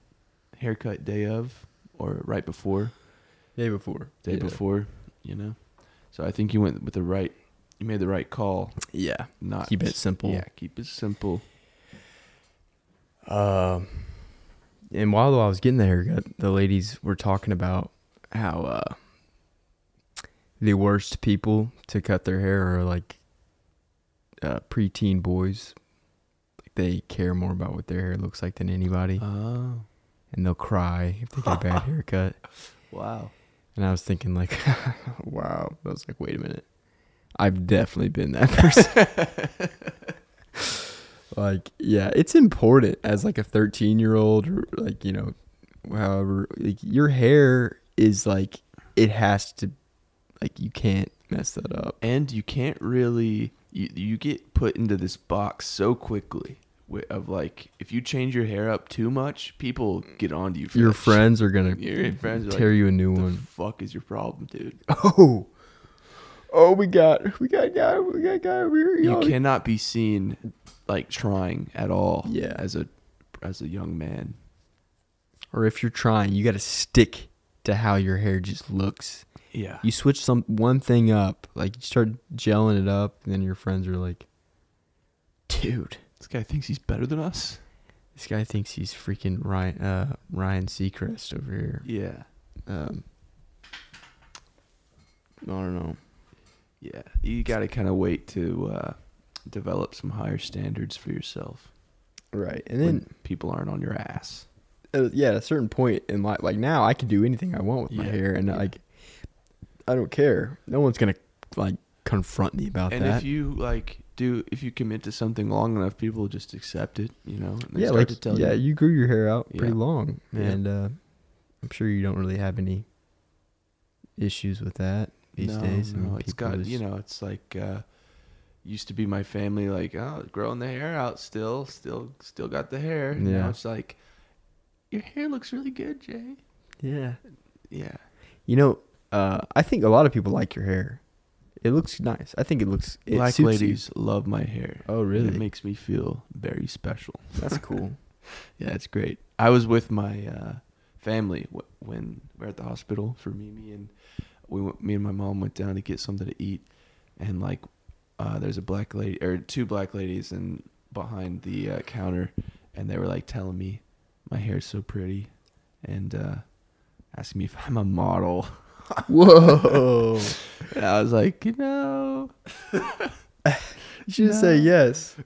Speaker 2: Haircut day of or right before.
Speaker 1: Day before.
Speaker 2: day before, you know. So I think you went with the right. You made the right call.
Speaker 1: Yeah.
Speaker 2: Not
Speaker 1: Keep it simple.
Speaker 2: Yeah, keep it simple.
Speaker 1: Um, and while I was getting the haircut, the ladies were talking about how uh, the worst people to cut their hair are like uh, preteen boys. Like they care more about what their hair looks like than anybody,
Speaker 2: Oh
Speaker 1: and they'll cry if they get a bad haircut.
Speaker 2: wow!
Speaker 1: And I was thinking, like, wow. I was like, wait a minute. I've definitely been that person. like, yeah, it's important as like a 13 year old or like, you know, however, like your hair is like, it has to, like, you can't mess that up.
Speaker 2: And you can't really you you get put into this box so quickly wi- of like if you change your hair up too much, people get onto you. For
Speaker 1: Your
Speaker 2: that shit.
Speaker 1: friends are gonna
Speaker 2: Your friends are
Speaker 1: tear
Speaker 2: like,
Speaker 1: you a new
Speaker 2: "What the
Speaker 1: one.
Speaker 2: fuck is your problem, dude?
Speaker 1: Oh, oh, we got, we got a guy, we got a guy over here.
Speaker 2: You
Speaker 1: y'all.
Speaker 2: cannot be seen like trying at all.
Speaker 1: Yeah.
Speaker 2: as a as a young man.
Speaker 1: Or if you're trying, you got to stick to how your hair just looks.
Speaker 2: Yeah,
Speaker 1: You switch some one thing up, like you start gelling it up, and then your friends are like, "Dude,
Speaker 2: this guy thinks he's better than us.
Speaker 1: this guy thinks he's freaking Ryan, uh, Ryan Seacrest over here."
Speaker 2: Yeah,
Speaker 1: Um, I don't know.
Speaker 2: yeah. You got to kind of wait to uh, develop some higher standards for yourself.
Speaker 1: Right, and
Speaker 2: when
Speaker 1: then
Speaker 2: people aren't on your ass.
Speaker 1: uh, yeah, at a certain point in life, like now, I can do anything I want with my
Speaker 2: Yeah,
Speaker 1: hair, and
Speaker 2: yeah.
Speaker 1: like, I don't care. No one's gonna like confront me about
Speaker 2: and
Speaker 1: that.
Speaker 2: if you like do if you commit to something long enough people just accept it you know and they
Speaker 1: yeah,
Speaker 2: start
Speaker 1: like
Speaker 2: to tell
Speaker 1: yeah,
Speaker 2: you,
Speaker 1: you grew your hair out
Speaker 2: Yeah.
Speaker 1: pretty long,
Speaker 2: Yeah.
Speaker 1: and uh, I'm sure you don't really have any issues with that these
Speaker 2: no,
Speaker 1: days. I
Speaker 2: no,
Speaker 1: mean,
Speaker 2: it's
Speaker 1: people
Speaker 2: got
Speaker 1: just-
Speaker 2: you know it's like uh used to be my family like oh growing the hair out still still still got the hair yeah.
Speaker 1: Yeah.
Speaker 2: now it's like your hair looks really good jay
Speaker 1: yeah,
Speaker 2: yeah
Speaker 1: you know, uh, I think a lot of people like your hair. It looks nice. I think it looks it
Speaker 2: black
Speaker 1: suits you.
Speaker 2: ladies love my hair
Speaker 1: Oh,
Speaker 2: and it
Speaker 1: really?
Speaker 2: makes me feel very special
Speaker 1: That's cool.
Speaker 2: Yeah, it's great. I was with my uh, family w- when we were at the hospital for Mimi, and we went, me and my mom went down to get something to eat, and like uh, there's a black lady or two black ladies and behind the uh, counter, and they were like telling me my hair's so pretty, and uh, asking me if I'm a model.
Speaker 1: Whoa!
Speaker 2: And I was like, you know,
Speaker 1: You should say
Speaker 2: No.
Speaker 1: yes.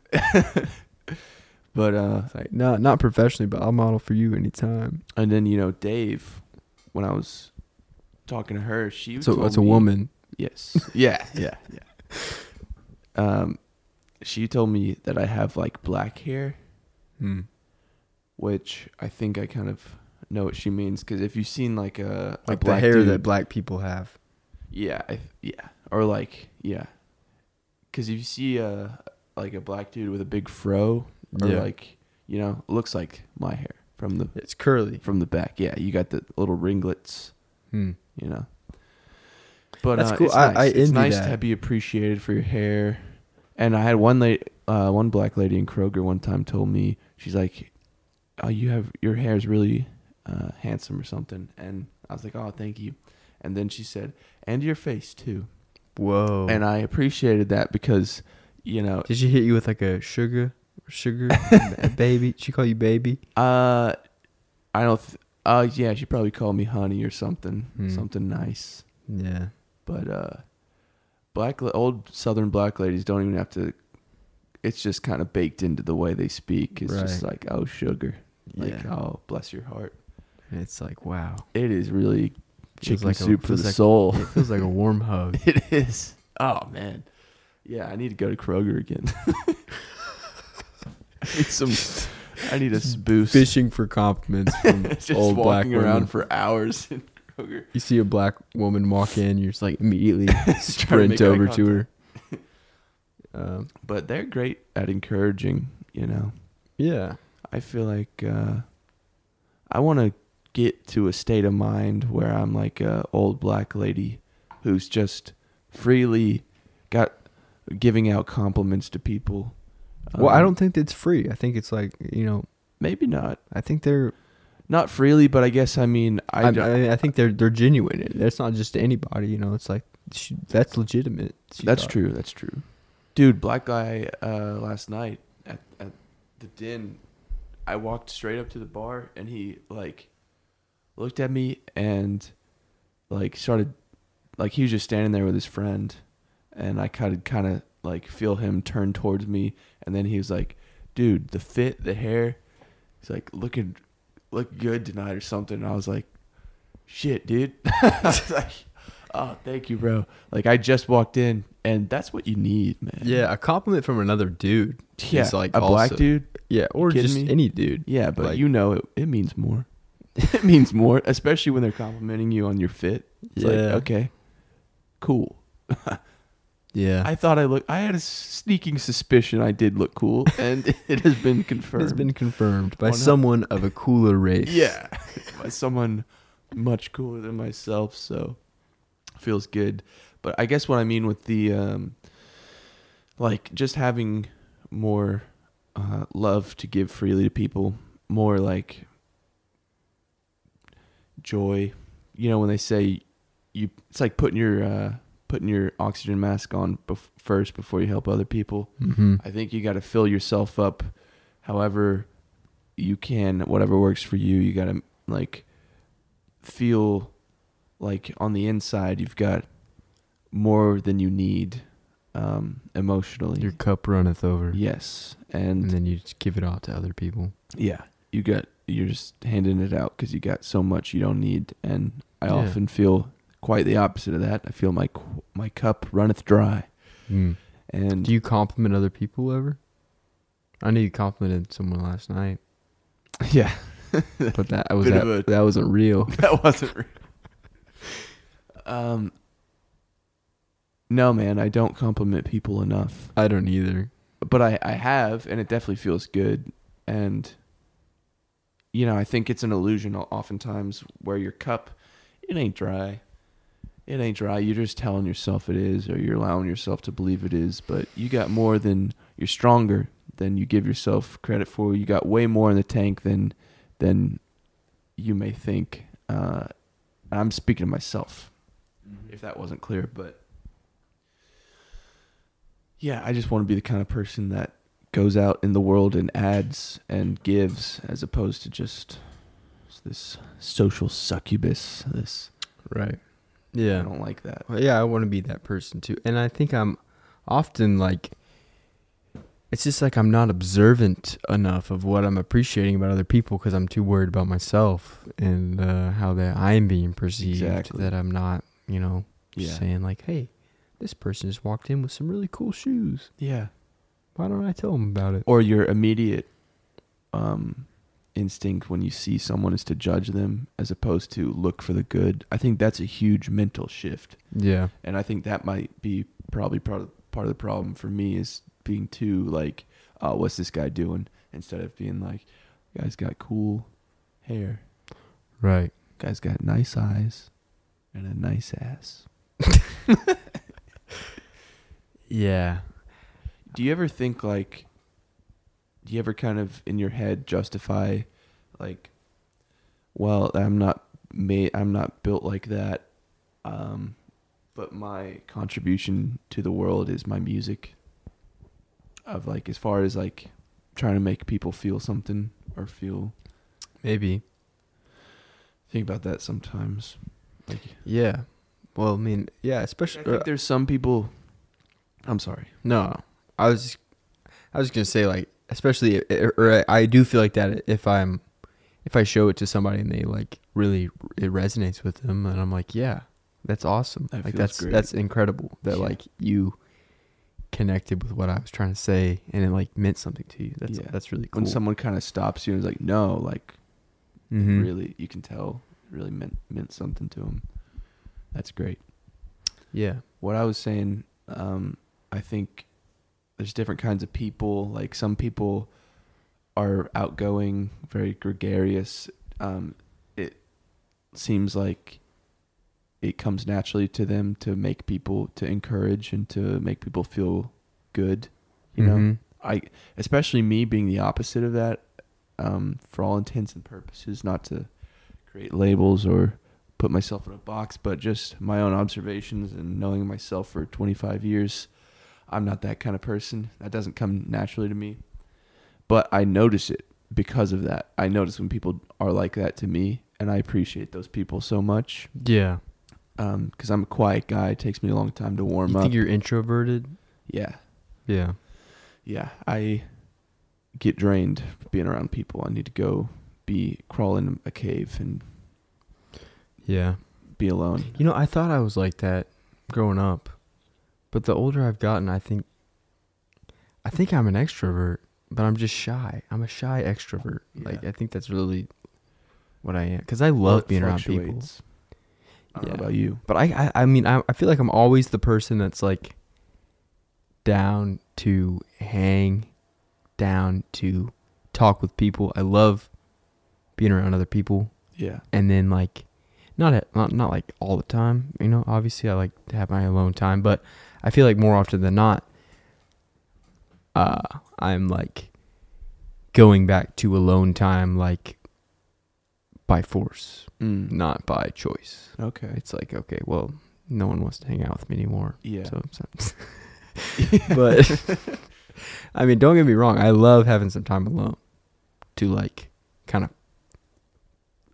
Speaker 2: but uh,
Speaker 1: It's like no, not professionally, but I'll model for you anytime.
Speaker 2: and then you know Dave, when I was talking to her, she
Speaker 1: So
Speaker 2: told
Speaker 1: it's a
Speaker 2: me-
Speaker 1: woman.
Speaker 2: Yes. Yeah. Yeah. Yeah. Um, she told me that I have like black hair,
Speaker 1: Hmm.
Speaker 2: which I think I kind of know what she means because if you've seen like a a
Speaker 1: Like the
Speaker 2: black
Speaker 1: hair
Speaker 2: dude-
Speaker 1: that black people have.
Speaker 2: yeah, I, yeah, or like yeah, because if you see a like a black dude with a big fro or
Speaker 1: Yeah.
Speaker 2: like you know looks like my hair from the
Speaker 1: It's curly.
Speaker 2: from the back. Yeah, you got the little ringlets.
Speaker 1: Hmm.
Speaker 2: you know. But
Speaker 1: That's
Speaker 2: uh,
Speaker 1: cool.
Speaker 2: It's
Speaker 1: I-
Speaker 2: nice.
Speaker 1: I
Speaker 2: it's
Speaker 1: envy
Speaker 2: nice
Speaker 1: that.
Speaker 2: to be appreciated for your hair. And I had one lady, uh, one black lady in Kroger one time told me she's like, "Oh, you have your hair is really uh, handsome or something." And I was like, "Oh, thank you." And then she said, "And your face too."
Speaker 1: Whoa.
Speaker 2: And I appreciated that because you know,
Speaker 1: Did she hit you with like a sugar, sugar ba- baby? She call you baby?
Speaker 2: uh, I don't. Th- uh, yeah, she probably called me honey or something,
Speaker 1: Hmm.
Speaker 2: something nice.
Speaker 1: Yeah.
Speaker 2: but uh black la- old southern black ladies don't even have to it's just kind of baked into the way they speak it's just like oh sugar like
Speaker 1: yeah.
Speaker 2: oh bless your heart
Speaker 1: And it's like wow.
Speaker 2: it is really
Speaker 1: Feels
Speaker 2: chicken
Speaker 1: like a-
Speaker 2: soup for
Speaker 1: feels
Speaker 2: the
Speaker 1: like-
Speaker 2: soul
Speaker 1: It feels like a warm hug.
Speaker 2: it is oh man yeah i need to go to kroger again i need some i need a boost
Speaker 1: Fishing for compliments from
Speaker 2: just
Speaker 1: old black
Speaker 2: walking around
Speaker 1: women.
Speaker 2: for hours in kroger
Speaker 1: you see a black woman walk in, you're just like immediately
Speaker 2: Trying to make
Speaker 1: sprint
Speaker 2: eye
Speaker 1: over to her. Um,
Speaker 2: but they're great at encouraging you know
Speaker 1: yeah.
Speaker 2: I feel like uh, I want to get to a state of mind where I'm like a old black lady who's just freely got giving out compliments to people.
Speaker 1: well, I
Speaker 2: Um,
Speaker 1: don't think it's free. I think it's like you know.
Speaker 2: maybe not
Speaker 1: I think they're.
Speaker 2: not freely, but I guess I mean I,
Speaker 1: I,
Speaker 2: don't,
Speaker 1: I, I think they're they're genuine. That's not just anybody. You know, it's like she, that's legitimate. She
Speaker 2: that's
Speaker 1: thought-
Speaker 2: true. That's true. Dude, black guy uh, last night at, at the den, I walked straight up to the bar and he like looked at me and like started like he was just standing there with his friend and I kind of kind of like feel him turn towards me and then he was like, "Dude, the fit, the hair, he's like looking look good tonight or something." And I was like, "Shit, dude." I was like, "Oh, thank you, bro." Like I just walked in and that's what you need, man.
Speaker 1: Yeah, a compliment from another dude. is,
Speaker 2: Yeah,
Speaker 1: like
Speaker 2: a black
Speaker 1: also-
Speaker 2: dude.
Speaker 1: Yeah, or
Speaker 2: kidding
Speaker 1: just
Speaker 2: me?
Speaker 1: any dude.
Speaker 2: Yeah, but
Speaker 1: Like-
Speaker 2: you know it, it means more. it means more, especially when they're complimenting you on your fit. It's like,
Speaker 1: Yeah.
Speaker 2: okay. Cool.
Speaker 1: Yeah.
Speaker 2: I thought I look. I had a sneaking suspicion I did look cool, and it has been confirmed.
Speaker 1: It has been confirmed by
Speaker 2: Why not?
Speaker 1: someone of a cooler race.
Speaker 2: yeah, by someone much cooler than myself. So feels good. But I guess what I mean with the um, like just having more uh, love to give freely to people, more like joy. You know, when they say you, it's like putting your uh, putting your oxygen mask on bef- first before you help other people.
Speaker 1: Mm-hmm.
Speaker 2: I think you got to fill yourself up however you can, whatever works for you. You got to like feel like on the inside you've got more than you need um, emotionally.
Speaker 1: Your Mm. cup runneth over.
Speaker 2: yes.
Speaker 1: And
Speaker 2: And
Speaker 1: then you just give it out to other people.
Speaker 2: yeah, you got, you're just handing it out because you got so much you don't need. And I
Speaker 1: Yeah.
Speaker 2: often feel quite the opposite of that. I feel my, qu- my cup runneth dry.
Speaker 1: Mm.
Speaker 2: And
Speaker 1: Do you compliment other people ever? I know you complimented someone last night,
Speaker 2: yeah,
Speaker 1: but that I was
Speaker 2: Bit of
Speaker 1: that, that wasn't real.
Speaker 2: that wasn't real. Um, no, man, I don't compliment people enough,
Speaker 1: I don't either.
Speaker 2: but I, I have, and it definitely feels good. And, you know, I think it's an illusion o- oftentimes where your cup, it ain't dry. It ain't dry. You're just telling yourself it is, or you're allowing yourself to believe it is, but you got more than, you're stronger than you give yourself credit for. You got way more in the tank than, than you may think. Uh, I'm speaking to myself if that wasn't clear. But yeah, I just want to be the kind of person that goes out in the world and adds and gives as opposed to just this social succubus. This
Speaker 1: Right.
Speaker 2: I
Speaker 1: Yeah.
Speaker 2: don't like that.
Speaker 1: Well, yeah, I want to be that person too. And I think I'm often like, it's just like I'm not observant enough of what I'm appreciating about other people because I'm too worried about myself and uh, how that I'm being perceived.
Speaker 2: Exactly.
Speaker 1: That I'm not, you know, just
Speaker 2: Yeah.
Speaker 1: saying like, hey, this person just walked in with some really cool shoes.
Speaker 2: Yeah.
Speaker 1: Why don't I tell them about it?
Speaker 2: Or your immediate um instinct when you see someone is to judge them as opposed to look for the good. I think that's a huge mental shift.
Speaker 1: Yeah.
Speaker 2: and I think that might be probably part of, part of the problem for me is being too like, oh, what's this guy doing? Instead of being like, guy's got cool hair,
Speaker 1: Right.
Speaker 2: guy's got nice eyes, and a nice ass.
Speaker 1: Yeah.
Speaker 2: Do you ever think like, do you ever kind of in your head justify, like, well, I'm not made, I'm not built like that, um, but my contribution to the world is my music. Of like, as far as like trying to make people feel something or feel.
Speaker 1: Maybe.
Speaker 2: Think about that sometimes. Like, uh,
Speaker 1: Yeah. Well, I mean, yeah,
Speaker 2: I
Speaker 1: especially
Speaker 2: think there's some people. I'm sorry.
Speaker 1: No, I was, I was gonna say like, especially, e, or I do feel like that if I'm, if I show it to somebody and they like really it resonates with them, and I'm like, yeah, that's awesome.
Speaker 2: That
Speaker 1: like
Speaker 2: feels
Speaker 1: that's
Speaker 2: great.
Speaker 1: that's incredible that
Speaker 2: Yeah.
Speaker 1: like you connected with what I was trying to say and it like meant something to you. That's
Speaker 2: Yeah.
Speaker 1: that's really cool.
Speaker 2: When someone kind of stops you and is like, no, like
Speaker 1: Mhm.
Speaker 2: really you can tell it really meant meant something to him that's great
Speaker 1: yeah,
Speaker 2: what i was saying um i think there's different kinds of people like some people are outgoing very gregarious um it seems like it comes naturally to them to make people to encourage and to make people feel good you know
Speaker 1: Mhm.
Speaker 2: I especially me being the opposite of that, um, for all intents and purposes, not to create labels or put myself in a box, but just my own observations and knowing myself for 25 years, I'm not that kind of person. That doesn't come naturally to me, but I notice it because of that. I notice when people are like that to me, and I appreciate those people so much
Speaker 1: yeah.
Speaker 2: because I'm a quiet guy. It takes me a long time to warm
Speaker 1: You
Speaker 2: up.
Speaker 1: think you're introverted?
Speaker 2: yeah.
Speaker 1: Yeah.
Speaker 2: yeah, I get drained being around people. I need to go be crawl in a cave and
Speaker 1: Yeah.
Speaker 2: be alone.
Speaker 1: You know, I thought I was like that growing up, but the older I've gotten, I think, I think I'm an extrovert, but I'm just shy. I'm a shy extrovert. Like
Speaker 2: Yeah.
Speaker 1: I think that's really what I am because I love
Speaker 2: It
Speaker 1: being around people.
Speaker 2: fluctuates. I don't
Speaker 1: Yeah.
Speaker 2: know about you.
Speaker 1: But I, I, I mean, I, I feel like I'm always the person that's like, down to hang, down to talk with people. I love being around other people
Speaker 2: Yeah.
Speaker 1: and then like not at, not not like all the time, you know. Obviously, I like to have my alone time, but I feel like more often than not, uh, I'm like going back to alone time like by force,
Speaker 2: Mm.
Speaker 1: not by choice.
Speaker 2: Okay.
Speaker 1: It's like okay, well, no one wants to hang out with me anymore,
Speaker 2: Yeah.
Speaker 1: so. so but I mean, don't get me wrong. I love having some time alone to like kind of.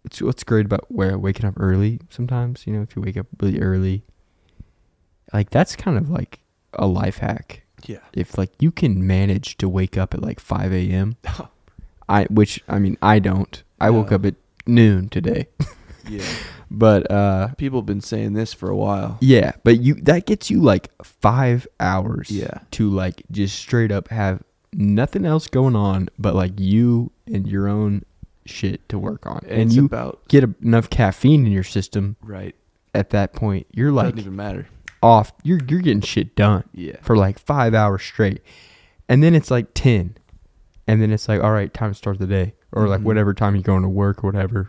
Speaker 1: It's what's great about where waking up early sometimes. You know, if you wake up really early, like that's kind of like a life hack.
Speaker 2: yeah.
Speaker 1: If like you can manage to wake up at like five a.m., I which I mean I don't. I woke
Speaker 2: No.
Speaker 1: up at noon today,
Speaker 2: yeah.
Speaker 1: but uh,
Speaker 2: People have been saying this for a while.
Speaker 1: yeah. But you that gets you like five hours
Speaker 2: Yeah.
Speaker 1: to like just straight up have nothing else going on but like you and your own shit to work on. And,
Speaker 2: it's
Speaker 1: you
Speaker 2: about
Speaker 1: get a- enough caffeine in your system
Speaker 2: right.
Speaker 1: at that point, you're like
Speaker 2: Doesn't even matter.
Speaker 1: off. You're you're getting shit done
Speaker 2: Yeah.
Speaker 1: for like 5 hours straight. And then it's like 10. And then it's like all right, time to start the day or like
Speaker 2: Mhm.
Speaker 1: whatever time you're going to work or whatever.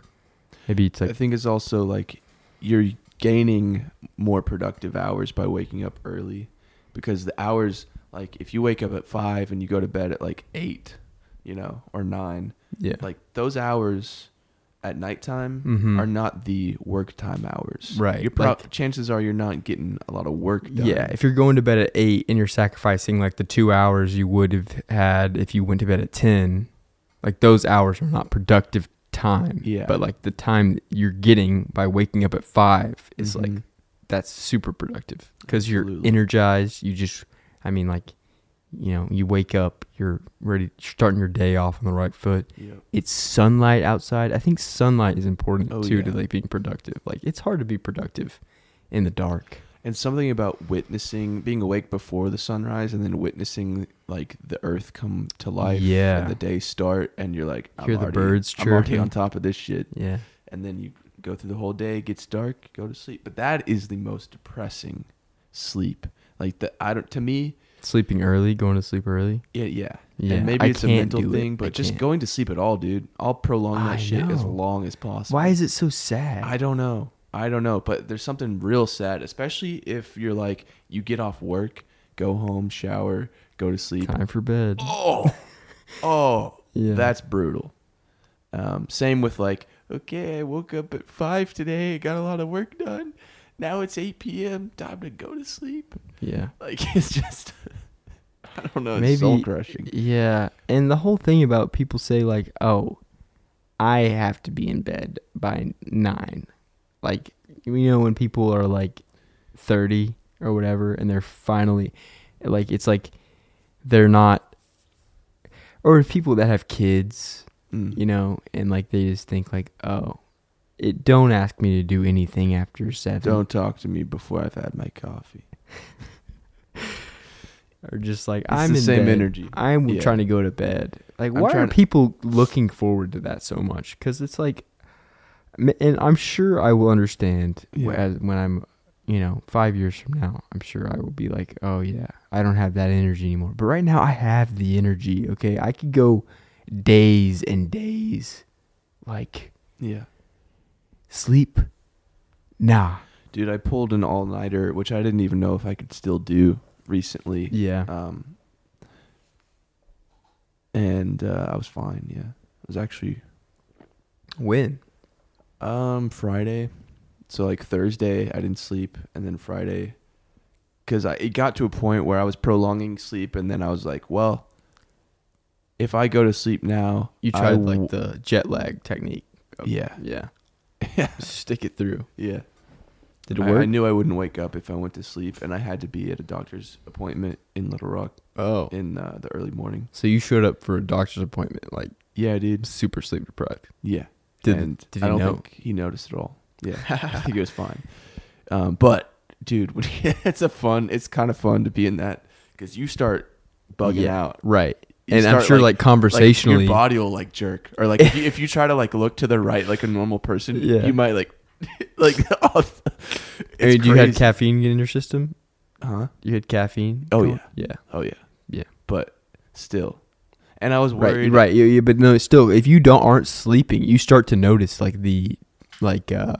Speaker 1: Maybe it's
Speaker 2: I
Speaker 1: like
Speaker 2: think it's also like you're gaining more productive hours by waking up early because the hours like if you wake up at 5 and you go to bed at like 8, you know, or 9,
Speaker 1: yeah.
Speaker 2: like those hours at nighttime
Speaker 1: Mhm.
Speaker 2: are not the work time hours.
Speaker 1: Right,
Speaker 2: Your pro-
Speaker 1: like-
Speaker 2: chances are you're not getting a lot of work done.
Speaker 1: Yeah, if you're going to bed at eight and you're sacrificing like the two hours you would have had if you went to bed at ten, like those hours are not productive time.
Speaker 2: Yeah.
Speaker 1: But like the time you're getting by waking up at five is like
Speaker 2: Mhm.
Speaker 1: that's super productive because you're
Speaker 2: Absolutely.
Speaker 1: energized. You just, I mean, like, you know, you wake up, you're ready, starting your day off on the right foot
Speaker 2: Yep.
Speaker 1: it's sunlight outside. I think sunlight is important
Speaker 2: Oh,
Speaker 1: too to
Speaker 2: yeah.
Speaker 1: like being productive. Like it's hard to be productive in the dark.
Speaker 2: And something about witnessing, being awake before the sunrise, and then witnessing like the earth come to life,
Speaker 1: Yeah.
Speaker 2: and the day start, and you're like, I'm
Speaker 1: Hear the
Speaker 2: already,
Speaker 1: birds
Speaker 2: I'm already
Speaker 1: chirping.
Speaker 2: on top of this shit,
Speaker 1: Yeah.
Speaker 2: and then you go through the whole day, it gets dark, go to sleep. But that is the most depressing sleep. Like the I don't to me,
Speaker 1: Sleeping early, going to sleep early.
Speaker 2: yeah, yeah,
Speaker 1: Yeah,
Speaker 2: And maybe
Speaker 1: I
Speaker 2: it's a
Speaker 1: can't
Speaker 2: mental
Speaker 1: do it.
Speaker 2: thing,
Speaker 1: I
Speaker 2: but just
Speaker 1: can't.
Speaker 2: going to sleep at all, dude. I'll prolong that
Speaker 1: I
Speaker 2: shit as
Speaker 1: know.
Speaker 2: long as possible.
Speaker 1: Why is it so sad?
Speaker 2: I don't know. I don't know, but there's something real sad, especially if you're like you get off work, go home, shower, go to sleep.
Speaker 1: Time for bed.
Speaker 2: Oh, oh,
Speaker 1: Yeah.
Speaker 2: that's brutal. Um, same with like, okay, I woke up at five today, got a lot of work done. Now it's eight p.m. Time to go to sleep.
Speaker 1: Yeah.
Speaker 2: Like it's just, I don't know,
Speaker 1: Maybe-
Speaker 2: it's soul crushing.
Speaker 1: Yeah. And the whole thing about people say like, "Oh, I have to be in bed by 9." Like, you know when people are like 30 or whatever and they're finally like it's like they're not or people that have kids
Speaker 2: Mm.
Speaker 1: you know, and like they just think like, oh, it don't ask me to do anything after 7
Speaker 2: Don't talk to me before I've had my coffee.
Speaker 1: or just like
Speaker 2: It's
Speaker 1: I'm
Speaker 2: the
Speaker 1: in
Speaker 2: same
Speaker 1: bed.
Speaker 2: energy.
Speaker 1: I'm
Speaker 2: Yeah.
Speaker 1: trying to go to bed. Like,
Speaker 2: I'm
Speaker 1: why are
Speaker 2: trying to-
Speaker 1: people looking forward to that so much? Because it's like, m- and I'm sure I will understand
Speaker 2: Yeah.
Speaker 1: as, when I'm, you know, five years from now. I'm sure I will be like, oh yeah, I don't have that energy anymore. But right now, I have the energy. Okay, I could go days and days, like
Speaker 2: Yeah.
Speaker 1: sleep. Nah.
Speaker 2: Dude, I pulled an all nighter, which I didn't even know if I could still do recently.
Speaker 1: Yeah.
Speaker 2: Um, and uh, I was fine. Yeah, it was actually
Speaker 1: When?
Speaker 2: um Friday, so like Thursday I didn't sleep, and then Friday, because I it got to a point where I was prolonging sleep, and then I was like, well, if I go to sleep now,
Speaker 1: You
Speaker 2: I
Speaker 1: tried
Speaker 2: w-
Speaker 1: like the jet lag technique.
Speaker 2: yeah,
Speaker 1: Yeah.
Speaker 2: yeah,
Speaker 1: Stick it through.
Speaker 2: yeah.
Speaker 1: Did it
Speaker 2: I-
Speaker 1: work?
Speaker 2: I knew I wouldn't wake up if I went to sleep, and I had to be at a doctor's appointment in Little Rock.
Speaker 1: oh.
Speaker 2: in uh, the early morning.
Speaker 1: So you showed up for a doctor's appointment, like
Speaker 2: Yeah, dude.
Speaker 1: super sleep deprived.
Speaker 2: Yeah.
Speaker 1: Did-
Speaker 2: and
Speaker 1: did
Speaker 2: I
Speaker 1: he
Speaker 2: don't
Speaker 1: know?
Speaker 2: think he noticed at all. Yeah, I think it was fine. Um, but dude, when it's a fun. It's kind of fun to be in that because you start bugging
Speaker 1: Yeah.
Speaker 2: out.
Speaker 1: Right.
Speaker 2: You
Speaker 1: and I'm
Speaker 2: start,
Speaker 1: sure like,
Speaker 2: Like, your
Speaker 1: conversationally
Speaker 2: body will like jerk, or like if you, if you try to like look to the right like a normal person,
Speaker 1: Yeah.
Speaker 2: you might like like. off.
Speaker 1: I mean, do you had caffeine get in your system?
Speaker 2: Huh?
Speaker 1: You had caffeine.
Speaker 2: Oh,
Speaker 1: going?
Speaker 2: yeah.
Speaker 1: yeah,
Speaker 2: Oh yeah.
Speaker 1: Yeah.
Speaker 2: But still. And I was
Speaker 1: right,
Speaker 2: worried.
Speaker 1: right. Yeah, yeah, but no, still, if you don't aren't sleeping, you start to notice like the like uh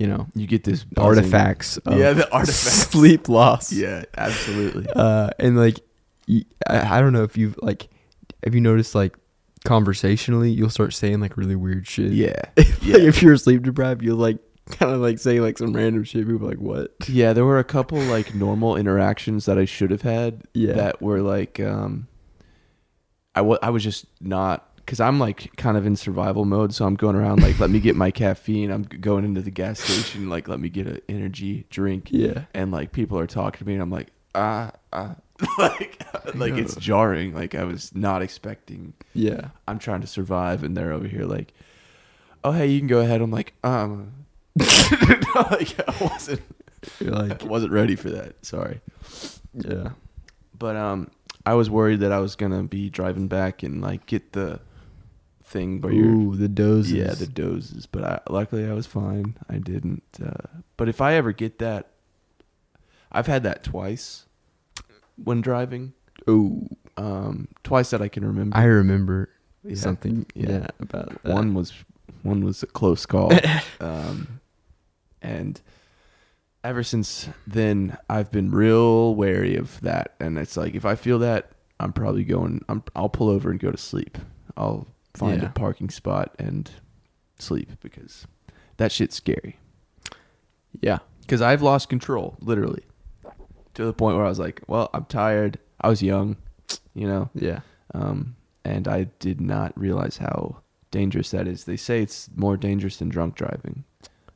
Speaker 1: you know
Speaker 2: You get this buzzing.
Speaker 1: artifacts. Of
Speaker 2: Yeah, the artifacts.
Speaker 1: Sleep loss.
Speaker 2: Yeah, absolutely.
Speaker 1: Uh, and like, y- I, I don't know if you've like, have you noticed like conversationally you'll start saying like really weird shit.
Speaker 2: yeah.
Speaker 1: Like, if you're sleep deprived, you'll like kind of like say like some random shit. People are like what?
Speaker 2: Yeah, there were a couple like normal interactions that I should have had
Speaker 1: Yeah.
Speaker 2: that were like um I wa- I was just not cuz I'm like kind of in survival mode so I'm going around like let me get my caffeine. I'm g- going into the gas station like let me get an energy drink
Speaker 1: Yeah.
Speaker 2: and like people are talking to me and I'm like ah ah like like it's jarring like I was not expecting.
Speaker 1: Yeah.
Speaker 2: I'm trying to survive and they're over here like oh hey, you can go ahead. I'm like um like I wasn't
Speaker 1: You're like
Speaker 2: wasn't ready for that. Sorry.
Speaker 1: yeah.
Speaker 2: But um, I was worried that I was gonna be driving back and like get the thing where you're
Speaker 1: Ooh, the dozes.
Speaker 2: yeah the dozes. But I, luckily I was fine. I didn't. Uh, but if I ever get that, I've had that twice when driving.
Speaker 1: Ooh,
Speaker 2: Um, twice that I can remember.
Speaker 1: I remember
Speaker 2: Yeah.
Speaker 1: something. Yeah.
Speaker 2: Yeah.
Speaker 1: about that.
Speaker 2: One was one was a close call. um, and ever since then, I've been real wary of that. And it's like if I feel that, I'm probably going. I'm, I'll pull over and go to sleep. I'll find
Speaker 1: Yeah.
Speaker 2: a parking spot and sleep because that shit's scary.
Speaker 1: Yeah.
Speaker 2: Because I've lost control, literally, to the point where I was like, "Well, I'm tired. I was young, you know."
Speaker 1: Yeah.
Speaker 2: um, and I did not realize how dangerous that is. They say it's more dangerous than drunk driving.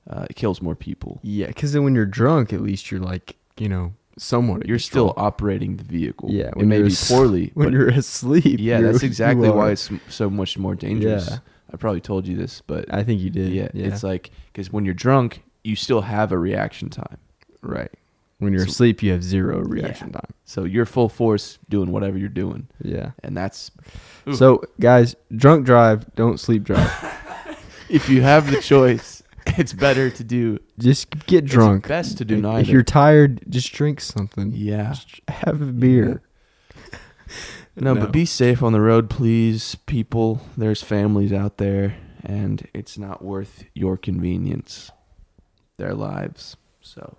Speaker 2: Uh, it kills more people.
Speaker 1: Yeah. Because then when you're drunk, at least you're like you know somewhat. in
Speaker 2: You're
Speaker 1: control.
Speaker 2: still operating the vehicle.
Speaker 1: Yeah,
Speaker 2: it
Speaker 1: when
Speaker 2: may
Speaker 1: you're
Speaker 2: be
Speaker 1: as-
Speaker 2: poorly.
Speaker 1: when
Speaker 2: but
Speaker 1: you're asleep.
Speaker 2: yeah,
Speaker 1: you're-
Speaker 2: that's
Speaker 1: you
Speaker 2: exactly why
Speaker 1: are.
Speaker 2: it's m- so much more dangerous.
Speaker 1: Yeah.
Speaker 2: I probably told you this, but
Speaker 1: I think you did.
Speaker 2: yeah, it's like because when you're drunk, you still have a reaction time.
Speaker 1: right. When you're
Speaker 2: So-
Speaker 1: asleep, you have zero reaction time.
Speaker 2: So you're full force doing whatever you're doing,
Speaker 1: Yeah.
Speaker 2: and that's Ooh.
Speaker 1: So guys, drunk drive, don't sleep drive.
Speaker 2: if you have the choice, it's better to do.
Speaker 1: just get
Speaker 2: It's
Speaker 1: drunk.
Speaker 2: best to do
Speaker 1: If- If
Speaker 2: neither.
Speaker 1: you're tired, just drink something.
Speaker 2: Yeah,
Speaker 1: Just have a beer.
Speaker 2: No,
Speaker 1: No.
Speaker 2: but be safe on the road, please, people. There's families out there, and it's not worth your convenience, their lives. So,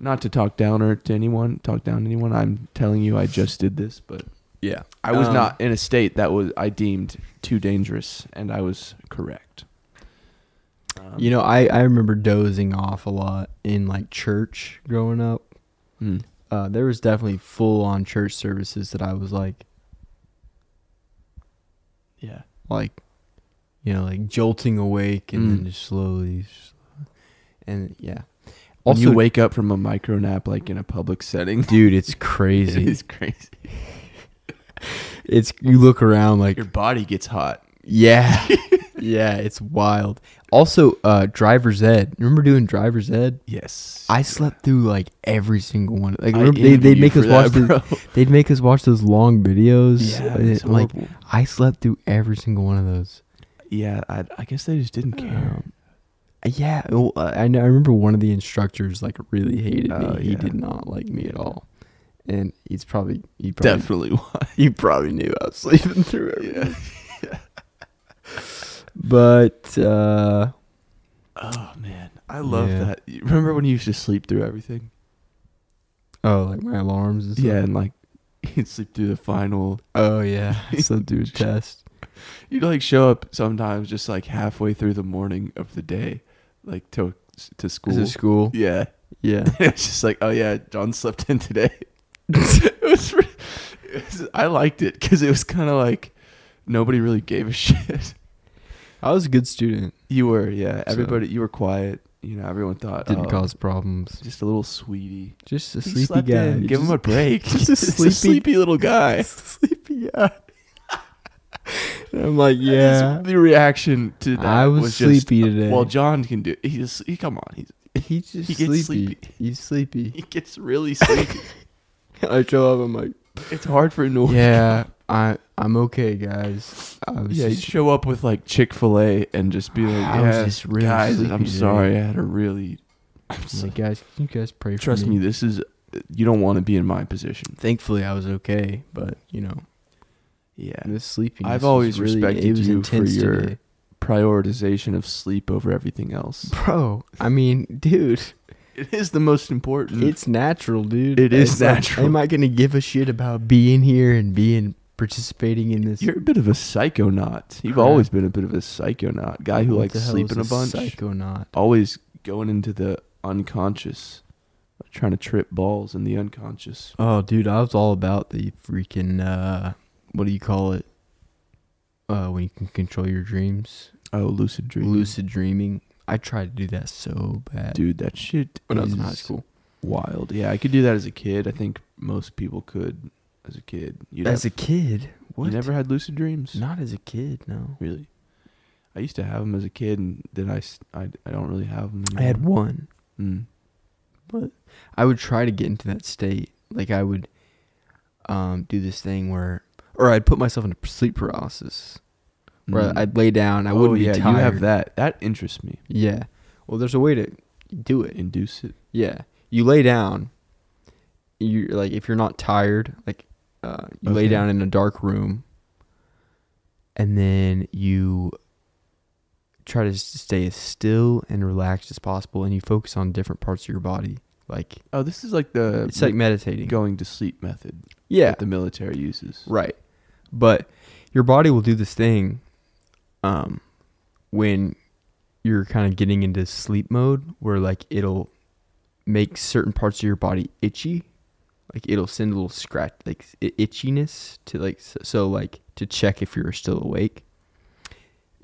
Speaker 2: not to talk downer to anyone, talk down to anyone. I'm telling you, I just did this, but
Speaker 1: Yeah.
Speaker 2: I was
Speaker 1: Um,
Speaker 2: not in a state that was I deemed too dangerous, and I was correct. Um,
Speaker 1: You know, I, I remember dozing off a lot in like church growing up.
Speaker 2: mm,
Speaker 1: Uh, there was definitely full on church services that I was like
Speaker 2: yeah,
Speaker 1: like you know like jolting awake and then
Speaker 2: Mm.
Speaker 1: just slowly and yeah
Speaker 2: also,
Speaker 1: also
Speaker 2: you wake up from a micro nap like in a public setting.
Speaker 1: dude it's
Speaker 2: It
Speaker 1: crazy
Speaker 2: is crazy.
Speaker 1: it's you look around like
Speaker 2: Your body gets hot.
Speaker 1: yeah yeah it's wild also uh driver's ed remember doing driver's ed
Speaker 2: Yes,
Speaker 1: i slept through like every single one like
Speaker 2: I
Speaker 1: remember, they,
Speaker 2: envy
Speaker 1: they'd
Speaker 2: you
Speaker 1: make
Speaker 2: for
Speaker 1: us watch
Speaker 2: that,
Speaker 1: the,
Speaker 2: bro.
Speaker 1: they'd make us watch those long videos
Speaker 2: Yeah,
Speaker 1: and
Speaker 2: it's
Speaker 1: it- uh, like
Speaker 2: horrible.
Speaker 1: i slept through every single one of those
Speaker 2: yeah, I, I guess they just didn't care.
Speaker 1: Um, yeah, well, uh, I know. I remember one of the instructors like really hated me.
Speaker 2: Oh,
Speaker 1: He
Speaker 2: yeah.
Speaker 1: did not like me at
Speaker 2: Yeah.
Speaker 1: all, and he's probably he probably
Speaker 2: Definitely why.
Speaker 1: he probably knew I was sleeping through everything.
Speaker 2: Yeah.
Speaker 1: But uh,
Speaker 2: Oh man, I love
Speaker 1: Yeah.
Speaker 2: that. You remember when you used to sleep through everything?
Speaker 1: oh, like my alarms and stuff.
Speaker 2: Yeah, and like you'd sleep through the final.
Speaker 1: Oh yeah, I slept through a test.
Speaker 2: You'd like show up sometimes just like halfway through the morning of the day, like to to school.
Speaker 1: Is it school?
Speaker 2: Yeah,
Speaker 1: Yeah.
Speaker 2: it was just like, oh yeah, John slept in today. it was, re- it was- I liked it because it was kind of like nobody really gave a shit.
Speaker 1: I was a good student.
Speaker 2: You were, yeah. Everybody, you were quiet. You know, everyone thought
Speaker 1: Didn't
Speaker 2: oh,
Speaker 1: cause problems.
Speaker 2: just a little sweetie.
Speaker 1: Just a
Speaker 2: He
Speaker 1: sleepy
Speaker 2: slept
Speaker 1: guy.
Speaker 2: in. Give him a
Speaker 1: Just-
Speaker 2: break. He's
Speaker 1: just a
Speaker 2: a
Speaker 1: sleepy-
Speaker 2: sleepy little guy.
Speaker 1: sleepy guy. And I'm like, yeah.
Speaker 2: His- The reaction to that
Speaker 1: I was
Speaker 2: just,
Speaker 1: sleepy today.
Speaker 2: Well, John can do. He just he, come on. He's,
Speaker 1: He's just
Speaker 2: He gets
Speaker 1: sleepy.
Speaker 2: sleepy.
Speaker 1: He's sleepy.
Speaker 2: he gets really sleepy.
Speaker 1: I show up. I'm like,
Speaker 2: it's hard for him to.
Speaker 1: yeah, I I'm okay, guys. I was
Speaker 2: Yeah, he'd
Speaker 1: just,
Speaker 2: show up with like Chick Fil A and just be like,
Speaker 1: I was
Speaker 2: "Yeah,
Speaker 1: just really
Speaker 2: guys,
Speaker 1: sleepy
Speaker 2: I'm
Speaker 1: today."
Speaker 2: sorry, I had a really. I'm
Speaker 1: I'm
Speaker 2: so,
Speaker 1: like, guys, can you guys pray
Speaker 2: trust
Speaker 1: for
Speaker 2: me,
Speaker 1: me?
Speaker 2: this is you don't want to be in my position.
Speaker 1: Thankfully, I was okay, but you know,
Speaker 2: Yeah.
Speaker 1: this sleeping.
Speaker 2: I've always respected
Speaker 1: it was
Speaker 2: you for
Speaker 1: intense
Speaker 2: your-
Speaker 1: today.
Speaker 2: Prioritization of sleep over everything else.
Speaker 1: bro. I mean, dude,
Speaker 2: It is the most important.
Speaker 1: it's natural, dude.
Speaker 2: It is
Speaker 1: It's like,
Speaker 2: natural.
Speaker 1: am I gonna give a shit about being here and being participating in this?
Speaker 2: You're a bit of a psychonaut. You've
Speaker 1: Crap.
Speaker 2: always been a bit of a psychonaut. Guy who
Speaker 1: What
Speaker 2: likes
Speaker 1: the hell
Speaker 2: sleeping a
Speaker 1: is
Speaker 2: bunch.
Speaker 1: Psychonaut.
Speaker 2: always going into the unconscious. Trying to trip balls in the unconscious.
Speaker 1: Oh, dude, I was all about the freaking uh, what do you call it? Uh, when you can control your dreams,
Speaker 2: Oh, lucid dream.
Speaker 1: lucid dreaming. I tried to do that so bad
Speaker 2: Dude, that shit
Speaker 1: when I was in high
Speaker 2: is
Speaker 1: school.
Speaker 2: Wild. Yeah, I could do that as a kid. I think most people could as a kid. You'd
Speaker 1: As a
Speaker 2: have-
Speaker 1: kid, what?
Speaker 2: You never had lucid dreams?
Speaker 1: Not as a kid, no.
Speaker 2: Really? I used to have them as a kid, and then I, s- I, I don't really have them.
Speaker 1: I had one.
Speaker 2: Mm.
Speaker 1: I would try to get into that state. Like I would um, do this thing where, or I'd put myself into sleep paralysis, where
Speaker 2: Mm.
Speaker 1: I'd lay down. I
Speaker 2: Oh,
Speaker 1: wouldn't
Speaker 2: yeah,
Speaker 1: be tired.
Speaker 2: you have that. That interests me.
Speaker 1: Yeah. Well, there's a way to do it.
Speaker 2: Induce it.
Speaker 1: Yeah. You lay down. You like if you're not tired, like uh, you lay
Speaker 2: Okay.
Speaker 1: down in a dark room, and then you try to s- stay as still and relaxed as possible, and you focus on different parts of your body. Like
Speaker 2: Oh, this is like the
Speaker 1: it's like meditating.
Speaker 2: going to sleep method
Speaker 1: yeah,
Speaker 2: that the military uses.
Speaker 1: right. But your body will do this thing, um, when you're kind of getting into sleep mode, where like it'll make certain parts of your body itchy like it'll send a little scratch like i- itchiness to like so, so like to check if you're still awake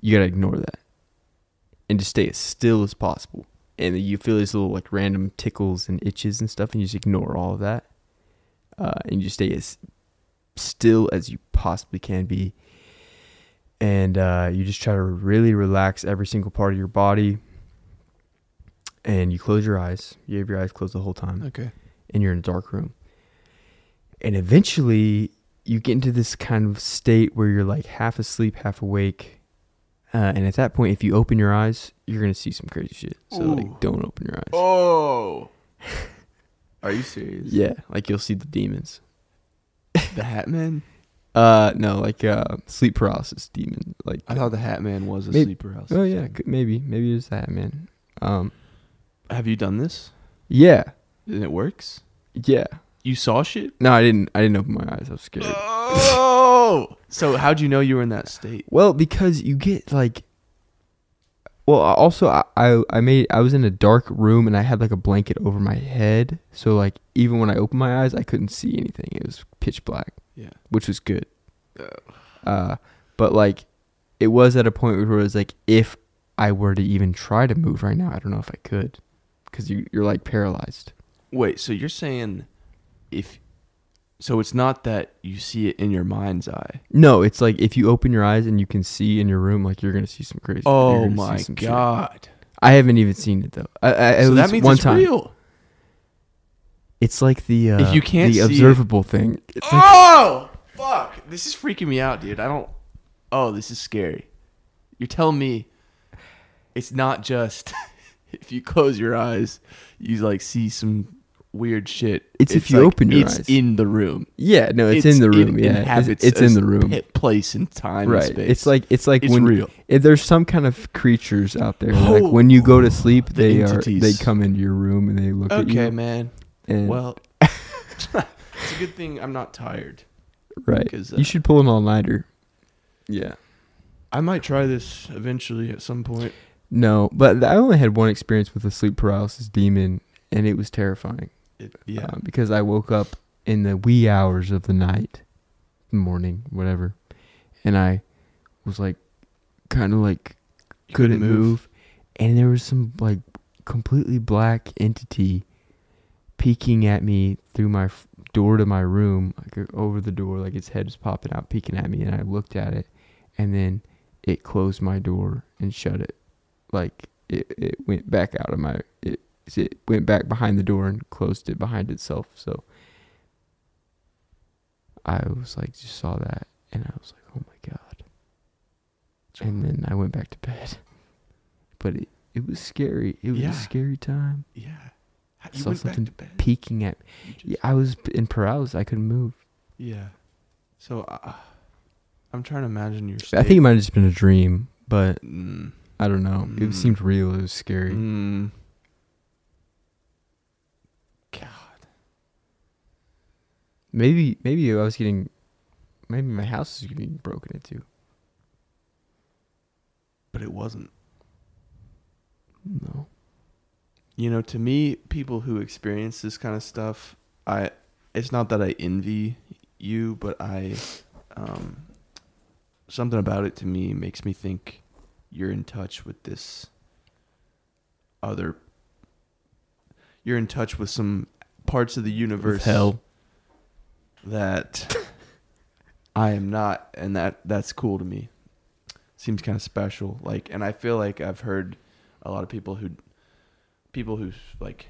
Speaker 1: you gotta ignore that and just stay as still as possible and then you feel these little like random tickles and itches and stuff and you just ignore all of that uh, and you stay as still as you possibly can be and uh, you just try to really relax every single part of your body and you close your eyes you have your eyes closed the whole time
Speaker 2: Okay.
Speaker 1: and you're in a dark room. And eventually, you get into this kind of state where you're like half asleep, half awake. Uh, and at that point, if you open your eyes, you're gonna see some crazy shit. So
Speaker 2: Ooh.
Speaker 1: like, don't open your eyes.
Speaker 2: Oh. Are you serious?
Speaker 1: Yeah, like you'll see the demons.
Speaker 2: The Hat Man?
Speaker 1: Uh, no, like uh, sleep paralysis demon. Like,
Speaker 2: I thought the Hat Man was a
Speaker 1: Maybe-
Speaker 2: sleeper house.
Speaker 1: oh yeah, c- maybe maybe it's that man. Um,
Speaker 2: Have you done this?
Speaker 1: yeah,
Speaker 2: And it works?
Speaker 1: yeah.
Speaker 2: You saw shit?
Speaker 1: No, I didn't. I didn't open my eyes. I was scared.
Speaker 2: Oh. so how'd you know you were in that state?
Speaker 1: Well, because you get like. Well, I- also I, I I made I was in a dark room and I had like a blanket over my head, so like even when I opened my eyes, I couldn't see anything. It was pitch black,
Speaker 2: Yeah.
Speaker 1: which was good. Uh, but like, it was at a point where it was like, if I were to even try to move right now, I don't know if I could, because you you're like paralyzed.
Speaker 2: Wait, so you're saying if so it's not that you see it in your mind's eye.
Speaker 1: No, it's like if you open your eyes and you can see in your room, like you're gonna see some crazy. you're
Speaker 2: Oh
Speaker 1: gonna see
Speaker 2: my
Speaker 1: some shit.
Speaker 2: god.
Speaker 1: I haven't even seen it though. I, I, at
Speaker 2: so that
Speaker 1: least
Speaker 2: means
Speaker 1: one
Speaker 2: it's
Speaker 1: time.
Speaker 2: real.
Speaker 1: It's like the uh,
Speaker 2: If you can't
Speaker 1: the
Speaker 2: see it-
Speaker 1: observable thing. It's like-
Speaker 2: Oh fuck. This is freaking me out, dude. I don't Oh, this is scary. You're telling me it's not just if you close your eyes, you like see some weird shit.
Speaker 1: It's if you
Speaker 2: like,
Speaker 1: open your
Speaker 2: it's
Speaker 1: eyes.
Speaker 2: in the room.
Speaker 1: yeah, no, it's, in the room.
Speaker 2: It
Speaker 1: yeah,
Speaker 2: inhabits
Speaker 1: it's, it's in
Speaker 2: a
Speaker 1: the room.
Speaker 2: sp- Place and time.
Speaker 1: Right.
Speaker 2: And space.
Speaker 1: It's like it's like
Speaker 2: It's
Speaker 1: when
Speaker 2: real. Oh,
Speaker 1: if there's some kind of creatures out there. like when you go to sleep,
Speaker 2: The
Speaker 1: they
Speaker 2: entities.
Speaker 1: are they come into your room and they look
Speaker 2: okay,
Speaker 1: at you.
Speaker 2: man.
Speaker 1: And,
Speaker 2: Well, it's a good thing I'm not tired.
Speaker 1: right.
Speaker 2: 'cause, uh,
Speaker 1: you should pull an all nighter. Yeah.
Speaker 2: I might try this eventually at some point.
Speaker 1: No, but I only had one experience with a sleep paralysis demon, and it was terrifying.
Speaker 2: It, yeah.
Speaker 1: uh, because I woke up in the wee hours of the night, morning, whatever, and I was like, kind of like
Speaker 2: You
Speaker 1: couldn't move. and there was some like completely black entity peeking at me through my f- door to my room, like uh, over the door, like its head was popping out, peeking at me, and I looked at it, and then it closed my door and shut it, like it it went back out of my it it went back behind the door and closed it behind itself, so. I was like, just saw that, and I was like, oh my god and then I went back to bed. But it, it was scary. It was
Speaker 2: Yeah.
Speaker 1: a scary time.
Speaker 2: Yeah. You
Speaker 1: saw
Speaker 2: went back
Speaker 1: something
Speaker 2: to bed.
Speaker 1: peeking at me.
Speaker 2: You just-
Speaker 1: Yeah, I was p- in paralysis. I couldn't move.
Speaker 2: Yeah. So uh, I'm trying to imagine your.
Speaker 1: I think it might have just been a dream, but
Speaker 2: Mm,
Speaker 1: I don't know.
Speaker 2: Mm.
Speaker 1: It seemed real. It was scary.
Speaker 2: mm. God.
Speaker 1: Maybe maybe I was getting maybe my house is getting broken into.
Speaker 2: But it wasn't.
Speaker 1: No.
Speaker 2: You know, to me, people who experience this kind of stuff, I. It's not that I envy you, but I. Um, something about it to me makes me think you're in touch with this other. You're in touch with some parts of the universe. that I am not, and that that's cool to me. Seems kind of special, like, and I feel like I've heard a lot of people who, people who like,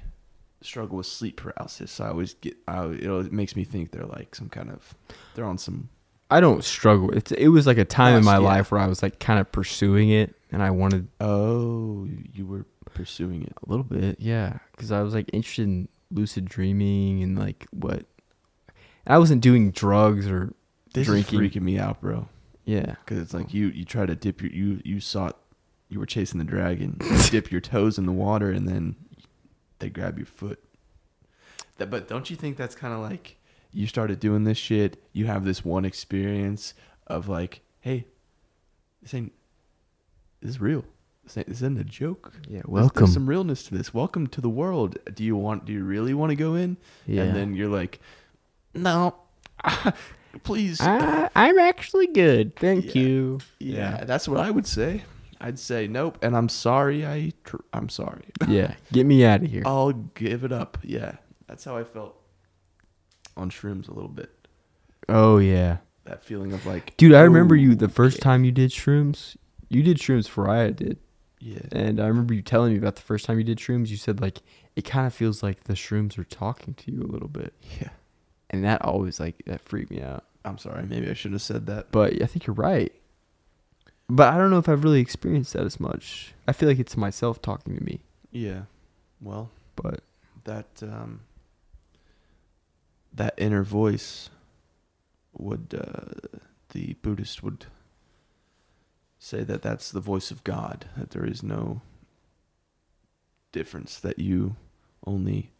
Speaker 2: struggle with sleep paralysis. I always get, I it always makes me think they're like some kind of, they're on some.
Speaker 1: I don't struggle. It's it was like a time in
Speaker 2: Yes,
Speaker 1: my
Speaker 2: yeah.
Speaker 1: life where I was like kind of pursuing it, and I wanted
Speaker 2: Oh, you were pursuing it.
Speaker 1: a little bit, yeah, because I was like interested in lucid dreaming and like what. I wasn't doing drugs or
Speaker 2: This
Speaker 1: Drinking.
Speaker 2: is freaking me out, bro.
Speaker 1: yeah.
Speaker 2: Because it's like you, you try to dip your, you, you sought, you were chasing the dragon, you dip your toes in the water, and then they grab your foot. That, but don't you think that's kind of like you started doing this shit? You have this one experience of like, hey, this ain't, this is real. This, ain't, this isn't a joke. There's-
Speaker 1: Yeah,
Speaker 2: There's some realness to this. Welcome to the world. Do you want? Do you really want to go in?
Speaker 1: yeah.
Speaker 2: And then you're like, no, please.
Speaker 1: I, I'm actually good. Thank
Speaker 2: Yeah.
Speaker 1: you.
Speaker 2: Yeah, that's what I would say. I'd say nope, and I'm sorry. I tr- I'm sorry.
Speaker 1: Yeah. Get me out of here.
Speaker 2: I'll give it up. Yeah, that's how I felt on shrooms a little bit.
Speaker 1: Oh yeah.
Speaker 2: That feeling of like,
Speaker 1: Dude, I remember
Speaker 2: oh,
Speaker 1: you the first
Speaker 2: okay.
Speaker 1: time you did shrooms. You did shrooms before I did.
Speaker 2: Yeah,
Speaker 1: And I remember you telling me about the first time you did shrooms. You said like it kind of feels like the shrooms are talking to you a little bit,
Speaker 2: yeah.
Speaker 1: and that always like that freaked me out.
Speaker 2: I'm sorry. Maybe I should have said that.
Speaker 1: But I think you're right. But I don't know if I've really experienced that as much. I feel like it's myself talking to me.
Speaker 2: Yeah. Well,
Speaker 1: But
Speaker 2: that um, that inner voice would uh, the Buddhist would say that that's the voice of God. That there is no difference. That you only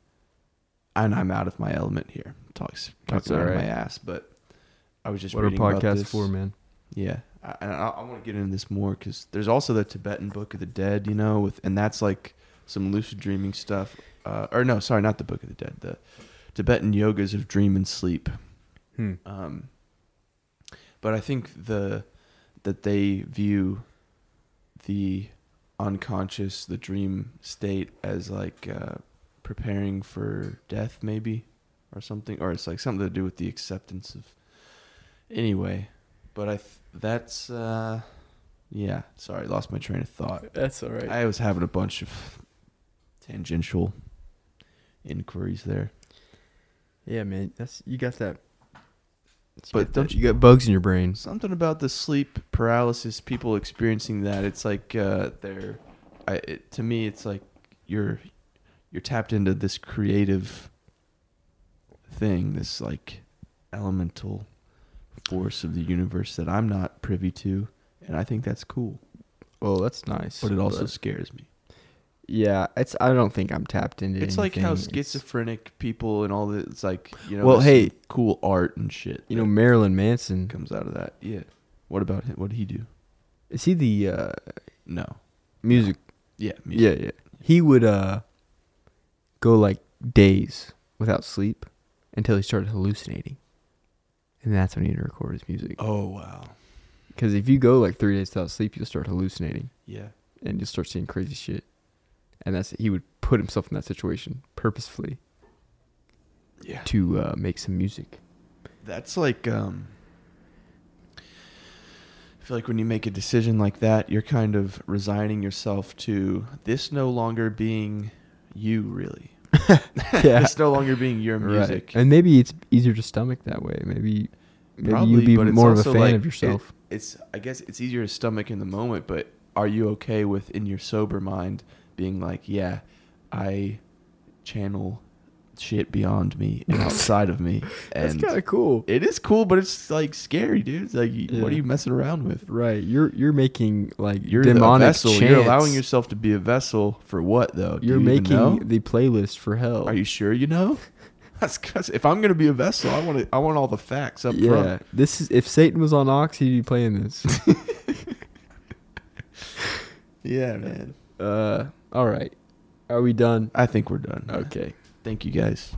Speaker 2: and I'm out of my element here. Talks
Speaker 1: That's
Speaker 2: talking out of
Speaker 1: all
Speaker 2: my
Speaker 1: right.
Speaker 2: ass, but I was just
Speaker 1: what are
Speaker 2: reading about
Speaker 1: podcasts
Speaker 2: this.
Speaker 1: for, man?
Speaker 2: Yeah, I, and I, I want to get into this more because there's also the Tibetan Book of the Dead, you know, with and that's like some lucid dreaming stuff. Uh, or no, sorry, not the Book of the Dead. The Tibetan yogas of dream and sleep.
Speaker 1: Hmm.
Speaker 2: Um, but I think the that they view the unconscious, the dream state, as like uh, preparing for death, maybe, or something, or it's like something to do with the acceptance of. Anyway, but I th- that's uh, yeah. Sorry, lost my train of thought.
Speaker 1: That's all right.
Speaker 2: I was having a bunch of tangential inquiries there.
Speaker 1: yeah, man. That's you got that. You
Speaker 2: But
Speaker 1: got
Speaker 2: don't
Speaker 1: that- you got bugs in your brain?
Speaker 2: Something about the sleep paralysis, people experiencing that. It's like uh, they're, I, it, to me, it's like you're, you're tapped into this creative thing, this like elemental force of the universe that I'm not privy to, and I think that's cool.
Speaker 1: Oh, that's nice.
Speaker 2: But it also scares me.
Speaker 1: yeah, it's. I don't think I'm tapped into.
Speaker 2: It's like how
Speaker 1: anything. It's-
Speaker 2: schizophrenic people and all the it's like you know.
Speaker 1: Well,
Speaker 2: there's some
Speaker 1: hey.
Speaker 2: cool art and shit.
Speaker 1: You know,
Speaker 2: that
Speaker 1: Marilyn Manson.
Speaker 2: comes out of that. Yeah. What about him? What did he do?
Speaker 1: Is he the uh,
Speaker 2: No.
Speaker 1: music?
Speaker 2: Yeah.
Speaker 1: Yeah, yeah. He would uh, go like days without sleep until he started hallucinating, and that's when he'd record his music.
Speaker 2: Oh wow.
Speaker 1: Because if you go like three days without sleep, you'll start hallucinating
Speaker 2: Yeah.
Speaker 1: and you'll start seeing crazy shit. And that's he would put himself in that situation purposefully
Speaker 2: Yeah.
Speaker 1: to uh, make some music.
Speaker 2: That's like um. I feel like when you make a decision like that, you're kind of resigning yourself to this no longer being you, really.
Speaker 1: Yeah.
Speaker 2: This no longer being your
Speaker 1: Right.
Speaker 2: music.
Speaker 1: And maybe it's easier to stomach that way. Maybe maybe
Speaker 2: Probably,
Speaker 1: you'd be
Speaker 2: but it's
Speaker 1: more of a
Speaker 2: also
Speaker 1: fan
Speaker 2: like
Speaker 1: of yourself.
Speaker 2: it's I guess it's easier to stomach in the moment, but are you okay with in your sober mind being like, yeah, I channel shit beyond me and outside of me.
Speaker 1: That's
Speaker 2: And
Speaker 1: kind of cool.
Speaker 2: it is cool, but it's like scary, dude. It's like,
Speaker 1: Yeah.
Speaker 2: what are you messing around with?
Speaker 1: Right. You're you're making like
Speaker 2: You're
Speaker 1: demonic
Speaker 2: demonic vessel.
Speaker 1: chants.
Speaker 2: You're allowing yourself to be a vessel for what though? Do
Speaker 1: You're
Speaker 2: you even
Speaker 1: making
Speaker 2: know?
Speaker 1: the playlist for hell.
Speaker 2: Are you sure you know? That's 'cause if I'm gonna be a vessel, I want to. I want all the facts up
Speaker 1: yeah.
Speaker 2: front.
Speaker 1: This is if Satan was on Ox, he'd be playing this.
Speaker 2: Yeah, man.
Speaker 1: uh. All right. Are we done?
Speaker 2: I think we're done.
Speaker 1: Okay.
Speaker 2: Thank you guys.